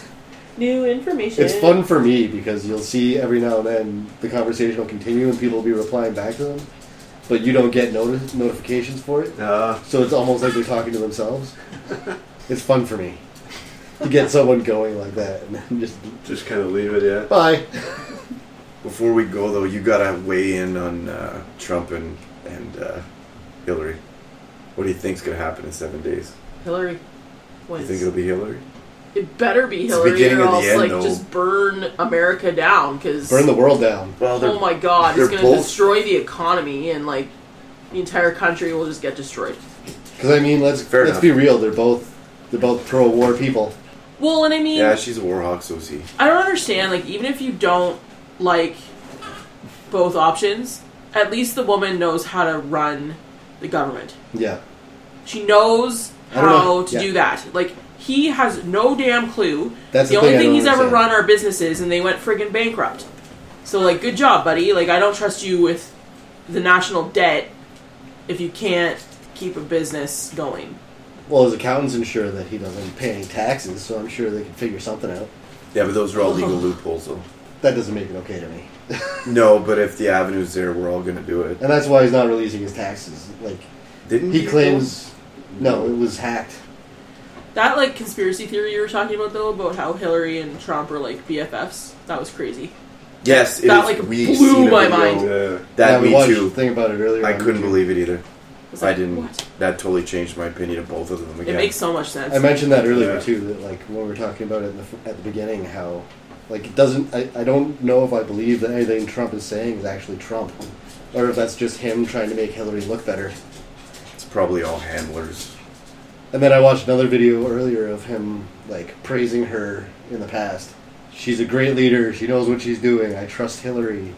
[SPEAKER 9] New information.
[SPEAKER 1] It's fun for me because you'll see every now and then the conversation will continue and people will be replying back to them, but you don't get notice notifications for it.
[SPEAKER 4] Uh,
[SPEAKER 1] So it's almost like they're talking to themselves. it's fun for me to get someone going like that and then just
[SPEAKER 4] just kind of leave it, yeah.
[SPEAKER 1] bye.
[SPEAKER 3] Before we go, though, you gotta weigh in on uh, Trump and and uh, Hillary. What do you think's gonna happen in seven days?
[SPEAKER 9] Hillary
[SPEAKER 3] You
[SPEAKER 9] wins.
[SPEAKER 3] think it'll be Hillary?
[SPEAKER 9] it better be
[SPEAKER 3] It's the
[SPEAKER 9] Hillary,
[SPEAKER 3] beginning
[SPEAKER 9] or
[SPEAKER 3] of the
[SPEAKER 9] else
[SPEAKER 3] end,
[SPEAKER 9] like
[SPEAKER 3] though.
[SPEAKER 9] just burn America down because
[SPEAKER 1] Burn the world down.
[SPEAKER 3] Well,
[SPEAKER 9] oh my god, it's
[SPEAKER 3] they're
[SPEAKER 9] going to
[SPEAKER 3] both-
[SPEAKER 9] destroy the economy and like the entire country will just get destroyed.
[SPEAKER 1] Because I mean, let's
[SPEAKER 3] Fair
[SPEAKER 1] let's
[SPEAKER 3] enough.
[SPEAKER 1] be real. They're both they're both pro war people.
[SPEAKER 9] Well, and I mean,
[SPEAKER 3] yeah, she's a war hawk, so is he.
[SPEAKER 9] I don't understand. Like, even if you don't like both options, at least the woman knows how to run the government.
[SPEAKER 1] Yeah,
[SPEAKER 9] She knows
[SPEAKER 1] I don't
[SPEAKER 9] how
[SPEAKER 1] know.
[SPEAKER 9] to
[SPEAKER 1] Yeah.
[SPEAKER 9] do that. Like he has no damn clue.
[SPEAKER 1] That's
[SPEAKER 9] the
[SPEAKER 1] the
[SPEAKER 9] only
[SPEAKER 1] thing I
[SPEAKER 9] thing
[SPEAKER 1] don't
[SPEAKER 9] he's ever
[SPEAKER 1] understand.
[SPEAKER 9] run are businesses, and they went friggin' bankrupt. So like, good job, buddy. Like I don't trust you with the national debt if you can't keep a business going.
[SPEAKER 1] well, his accountants ensure that he doesn't pay any taxes, so I'm sure they can figure something out.
[SPEAKER 3] Yeah, but those are all legal loopholes, though.
[SPEAKER 1] That doesn't make it okay to me,
[SPEAKER 3] No, but if the avenue's there, we're all gonna do it.
[SPEAKER 1] and that's why he's not releasing his taxes. Like
[SPEAKER 3] Didn't
[SPEAKER 1] he claims, no, it was hacked.
[SPEAKER 9] That like conspiracy theory you were talking about though about how Hillary and Trump are like BFFs. That was crazy.
[SPEAKER 3] Yes, it
[SPEAKER 9] That,
[SPEAKER 3] is-
[SPEAKER 9] like,
[SPEAKER 3] we've
[SPEAKER 9] blew
[SPEAKER 3] seen a
[SPEAKER 9] my
[SPEAKER 3] video.
[SPEAKER 9] mind.
[SPEAKER 4] Yeah.
[SPEAKER 3] That
[SPEAKER 1] Yeah, we
[SPEAKER 3] me
[SPEAKER 1] watched the
[SPEAKER 3] too.
[SPEAKER 1] thing about it earlier.
[SPEAKER 3] I
[SPEAKER 1] on
[SPEAKER 3] couldn't
[SPEAKER 1] YouTube.
[SPEAKER 3] believe it either.
[SPEAKER 9] was
[SPEAKER 3] I
[SPEAKER 9] like,
[SPEAKER 3] didn't.
[SPEAKER 9] what?
[SPEAKER 3] That totally changed my opinion of both of them
[SPEAKER 9] It
[SPEAKER 3] again.
[SPEAKER 9] makes so much sense.
[SPEAKER 1] I mentioned that earlier
[SPEAKER 3] Yeah.
[SPEAKER 1] too. That like when we were talking about it in the, f- at the beginning, how like it doesn't. I, I don't know if I believe that anything Trump is saying is actually Trump, or if that's just him trying to make Hillary look better.
[SPEAKER 3] it's probably all handlers.
[SPEAKER 1] And then I watched another video earlier of him like praising her in the past. She's a great leader. She knows what she's doing. I trust Hillary,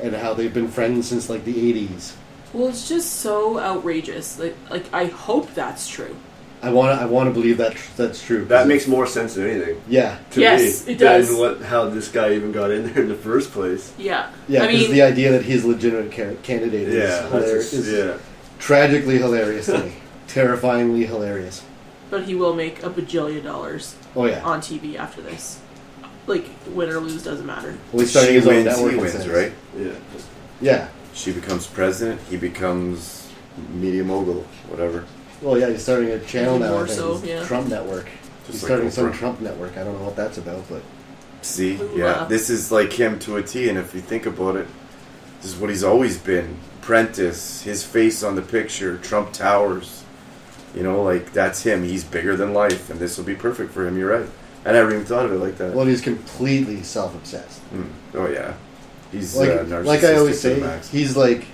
[SPEAKER 1] and how they've been friends since like the '80s.
[SPEAKER 9] well, it's just so outrageous. Like, like I hope that's true.
[SPEAKER 1] I want. I want to believe that tr- that's true.
[SPEAKER 4] That makes more sense than anything.
[SPEAKER 1] yeah.
[SPEAKER 4] To
[SPEAKER 9] Yes,
[SPEAKER 4] me,
[SPEAKER 9] it does.
[SPEAKER 4] Than what, how this guy even got in there in the first place.
[SPEAKER 9] Yeah.
[SPEAKER 1] Yeah,
[SPEAKER 9] I
[SPEAKER 1] because
[SPEAKER 9] mean,
[SPEAKER 1] the idea that he's a legitimate ca- candidate is,
[SPEAKER 4] Yeah, that's
[SPEAKER 1] hilar-
[SPEAKER 4] just,
[SPEAKER 1] is
[SPEAKER 4] yeah.
[SPEAKER 1] tragically hilarious to me. Terrifyingly hilarious.
[SPEAKER 9] but he will make a bajillion dollars
[SPEAKER 1] Oh yeah.
[SPEAKER 9] on TV after this. Like win or lose doesn't matter.
[SPEAKER 1] Well, he's starting
[SPEAKER 3] She
[SPEAKER 1] his own
[SPEAKER 3] wins,
[SPEAKER 1] network.
[SPEAKER 3] he
[SPEAKER 1] it
[SPEAKER 3] wins,
[SPEAKER 1] says.
[SPEAKER 3] right?
[SPEAKER 4] Yeah.
[SPEAKER 1] Yeah.
[SPEAKER 3] She becomes president. He becomes media mogul, whatever.
[SPEAKER 1] Well, yeah, he's starting a channel now. I
[SPEAKER 9] More
[SPEAKER 1] think,
[SPEAKER 9] so,
[SPEAKER 1] it's
[SPEAKER 9] yeah.
[SPEAKER 1] Trump Network. he's
[SPEAKER 3] like
[SPEAKER 1] starting some
[SPEAKER 3] Oprah.
[SPEAKER 1] Trump Network. I don't know what that's about, but
[SPEAKER 3] See,
[SPEAKER 9] Ooh,
[SPEAKER 3] yeah,
[SPEAKER 9] uh.
[SPEAKER 3] this is like him to a T. And if you think about it, this is what he's always been: Prentice, his face on the picture, Trump Towers. You know, like that's him. He's bigger than life, and this will be perfect for him. You're right. I never even thought of it like that.
[SPEAKER 1] well, he's completely self-obsessed.
[SPEAKER 3] Mm. Oh yeah, he's
[SPEAKER 1] Like,
[SPEAKER 3] uh, narcissistic
[SPEAKER 1] like I always
[SPEAKER 3] to the
[SPEAKER 1] say,
[SPEAKER 3] max.
[SPEAKER 1] he's like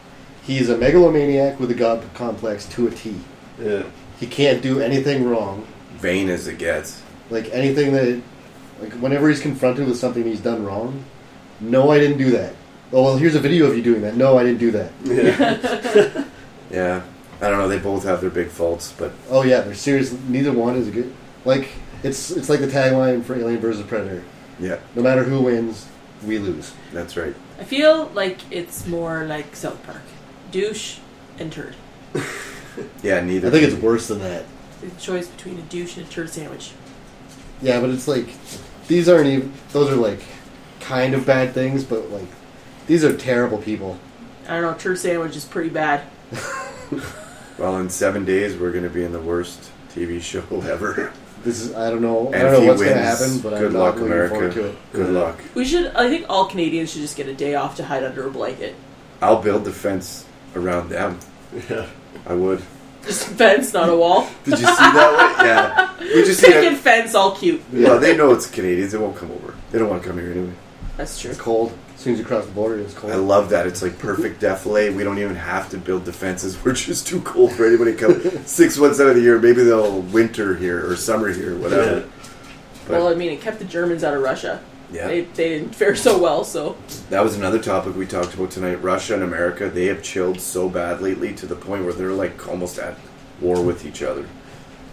[SPEAKER 1] he's a megalomaniac with a god complex to a T.
[SPEAKER 4] Yeah.
[SPEAKER 1] He can't do anything wrong.
[SPEAKER 3] vain as it gets.
[SPEAKER 1] Like anything that, like whenever he's confronted with something he's done wrong, no, I didn't do that. Oh well, here's a video of you doing that. No, I didn't do that.
[SPEAKER 4] Yeah.
[SPEAKER 3] Yeah, I don't know. They both have their big faults, but
[SPEAKER 1] Oh yeah, they're serious. Neither one is good. Like it's it's like the tagline for Alien vs Predator.
[SPEAKER 3] yeah,
[SPEAKER 1] No matter who wins, we lose.
[SPEAKER 3] that's right.
[SPEAKER 9] I feel like it's more like South Park, douche and turd.
[SPEAKER 3] Yeah, neither.
[SPEAKER 1] I think
[SPEAKER 3] can
[SPEAKER 1] it's
[SPEAKER 3] be.
[SPEAKER 1] worse than that.
[SPEAKER 9] It's a choice between a douche and a turd sandwich.
[SPEAKER 1] Yeah, but it's like these aren't even. Those are like kind of bad things, but like these are terrible people.
[SPEAKER 9] I don't know. Turd sandwich is pretty bad.
[SPEAKER 3] Well, in seven days, we're going to be in the worst TV show ever.
[SPEAKER 1] This is I don't know. I
[SPEAKER 3] And
[SPEAKER 1] don't
[SPEAKER 3] if
[SPEAKER 1] know
[SPEAKER 3] he
[SPEAKER 1] what's gonna
[SPEAKER 3] wins,
[SPEAKER 1] happen, but
[SPEAKER 3] good
[SPEAKER 1] I'm
[SPEAKER 3] luck,
[SPEAKER 1] not looking forward to
[SPEAKER 3] America.
[SPEAKER 1] it.
[SPEAKER 3] Good luck.
[SPEAKER 9] We should. I think all Canadians should just get a day off to hide under a blanket.
[SPEAKER 3] I'll build the fence around them.
[SPEAKER 4] Yeah.
[SPEAKER 3] I would.
[SPEAKER 9] Just fence, not a wall.
[SPEAKER 3] Did you see that one? Yeah. We just see
[SPEAKER 9] Picket
[SPEAKER 3] it.
[SPEAKER 9] fence, all cute.
[SPEAKER 3] Yeah, they know it's Canadians. They won't come over. They don't want to come here anyway.
[SPEAKER 9] That's true.
[SPEAKER 1] It's cold. As soon as you cross the border, it's cold.
[SPEAKER 3] I love that. It's like perfect defilade. We don't even have to build defenses. We're just too cold for anybody to come. Six months out of the year, maybe they'll winter here or summer here, whatever.
[SPEAKER 4] Yeah.
[SPEAKER 9] Well, I mean, it kept the Germans out of Russia.
[SPEAKER 3] Yeah.
[SPEAKER 9] They, they didn't fare so well, so
[SPEAKER 3] That was another topic we talked about tonight. Russia and America, they have chilled so bad lately to the point where they're like almost at war with each other.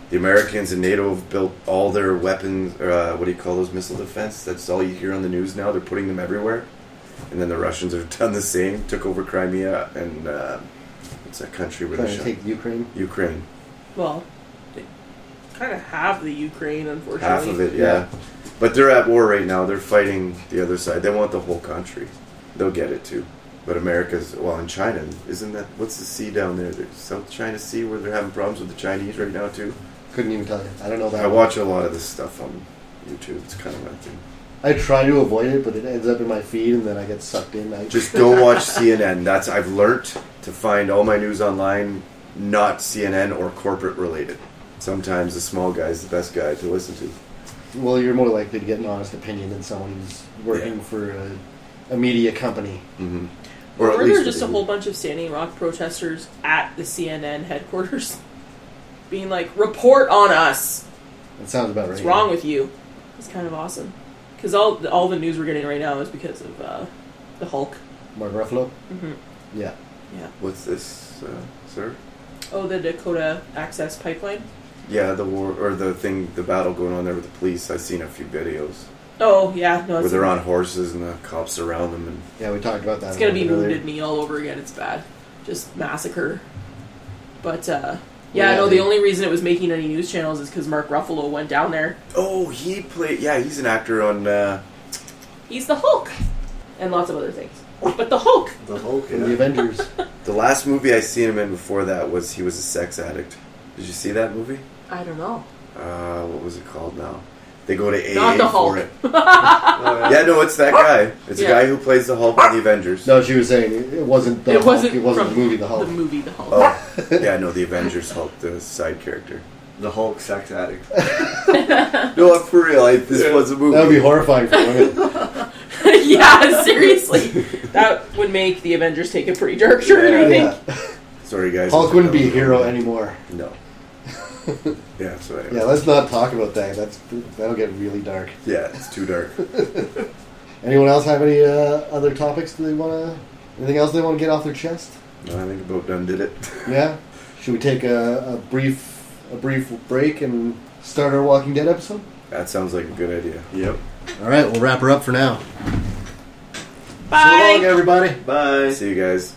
[SPEAKER 3] The Americans and NATO have built all their weapons, or, uh, what do you call those, missile defense? That's all you hear on the news now. They're putting them everywhere. And then the Russians have done the same, took over Crimea and uh, what's that country where they
[SPEAKER 1] Trying to
[SPEAKER 3] shot?
[SPEAKER 1] take Ukraine.
[SPEAKER 3] Ukraine.
[SPEAKER 9] well, they kind of have the Ukraine, unfortunately.
[SPEAKER 3] Half of it, yeah. But they're at war right now. They're fighting the other side. They want the whole country. They'll get it too. But America's well, and China isn't that? What's the sea down there? The South China Sea, where they're having problems with the Chinese right now too.
[SPEAKER 1] Couldn't even tell you. I don't know that.
[SPEAKER 3] I
[SPEAKER 1] one.
[SPEAKER 3] watch a lot of this stuff on YouTube. It's kind of my thing.
[SPEAKER 1] I try to avoid it, but it ends up in my feed, and then I get sucked in. I
[SPEAKER 3] Just don't watch CNN. That's I've learnt to find all my news online, not CNN or corporate related. Sometimes the small guy's the best guy to listen to.
[SPEAKER 1] well, you're more likely to get an honest opinion than someone who's working
[SPEAKER 3] Yeah.
[SPEAKER 1] for a, a media company.
[SPEAKER 3] Mm-hmm.
[SPEAKER 9] Were there just a whole bunch of Standing Rock protesters at the CNN headquarters, being like, "Report on us.
[SPEAKER 1] That sounds about right.
[SPEAKER 9] What's wrong with you?" It's kind of awesome because all all the news we're getting right now is because of uh, the Hulk.
[SPEAKER 1] Mark Ruffalo.
[SPEAKER 9] Mhm.
[SPEAKER 1] Yeah,
[SPEAKER 3] What's this, uh, sir?
[SPEAKER 9] Oh, the Dakota Access Pipeline.
[SPEAKER 3] Yeah, the war or the thing, the battle going on there with the police. I've seen a few videos
[SPEAKER 9] Oh yeah, no,
[SPEAKER 3] where
[SPEAKER 9] it's,
[SPEAKER 3] they're on horses and the cops surround them. And
[SPEAKER 1] yeah, we talked about that.
[SPEAKER 9] it's
[SPEAKER 1] a
[SPEAKER 9] gonna
[SPEAKER 1] little
[SPEAKER 9] be
[SPEAKER 1] bit earlier.
[SPEAKER 9] wounded knee all over again. It's bad, just massacre. But uh, yeah,
[SPEAKER 1] Yeah,
[SPEAKER 9] no, the
[SPEAKER 1] they-
[SPEAKER 9] only reason it was making any news channels is because Mark Ruffalo went down there.
[SPEAKER 3] oh, he played. Yeah, he's an actor on. Uh,
[SPEAKER 9] He's the Hulk, and lots of other things. But the Hulk.
[SPEAKER 4] The Hulk.
[SPEAKER 1] From the
[SPEAKER 4] Yeah.
[SPEAKER 1] Avengers.
[SPEAKER 3] the last movie I seen him in before that was he was a sex addict. Did you see that movie?
[SPEAKER 9] I don't know.
[SPEAKER 3] Uh, what was it called now? They go to AA
[SPEAKER 9] Not the
[SPEAKER 3] for
[SPEAKER 9] Hulk.
[SPEAKER 3] it. yeah, no, it's that guy. It's
[SPEAKER 9] Yeah.
[SPEAKER 3] a guy who plays the Hulk in the Avengers.
[SPEAKER 1] no, she was saying it- it wasn't the
[SPEAKER 9] it
[SPEAKER 1] Hulk,
[SPEAKER 9] wasn't.
[SPEAKER 1] it wasn't
[SPEAKER 9] from
[SPEAKER 1] the movie The Hulk.
[SPEAKER 9] The movie The Hulk.
[SPEAKER 3] Oh, yeah, no, the Avengers Hulk, the side character.
[SPEAKER 4] The Hulk sex addict.
[SPEAKER 3] No, I'm for real. I, this was a movie.
[SPEAKER 1] that would be horrifying for women. Oh.
[SPEAKER 9] yeah, seriously, that would make the Avengers take a pretty dark turn. I think.
[SPEAKER 1] yeah.
[SPEAKER 3] Sorry, guys.
[SPEAKER 1] Hulk wouldn't be a hero
[SPEAKER 3] anymore.
[SPEAKER 1] anymore.
[SPEAKER 3] No. yeah, so anyway.
[SPEAKER 1] Yeah, let's not talk about that. That's that'll get really dark.
[SPEAKER 3] Yeah, it's too dark.
[SPEAKER 1] Anyone else have any uh, other topics that they want to? Anything else they want to get off their chest?
[SPEAKER 3] No, I think about done did it.
[SPEAKER 1] Yeah. Should we take a, a brief a brief break and start our Walking Dead episode?
[SPEAKER 3] That sounds like a good idea.
[SPEAKER 4] Yep.
[SPEAKER 1] All right, we'll wrap her up for now. So long,
[SPEAKER 9] Bye.
[SPEAKER 1] everybody.
[SPEAKER 4] Bye.
[SPEAKER 3] See you guys.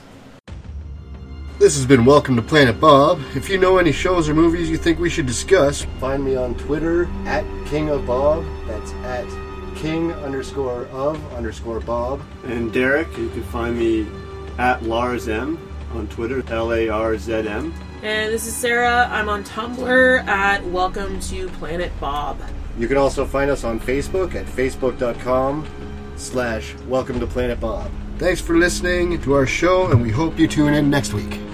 [SPEAKER 1] This has been Welcome to Planet Bob. If you know any shows or movies you think we should discuss, find me on Twitter at King of Bob. That's at King underscore of underscore Bob.
[SPEAKER 4] And Derek, you can find me at Lars M on Twitter, L A R Z M.
[SPEAKER 9] And this is Sarah. I'm on Tumblr at Welcome to Planet Bob.
[SPEAKER 1] You can also find us on Facebook at facebook.com slash welcome to Planet Bob. Thanks for listening to our show, and we hope you tune in next week.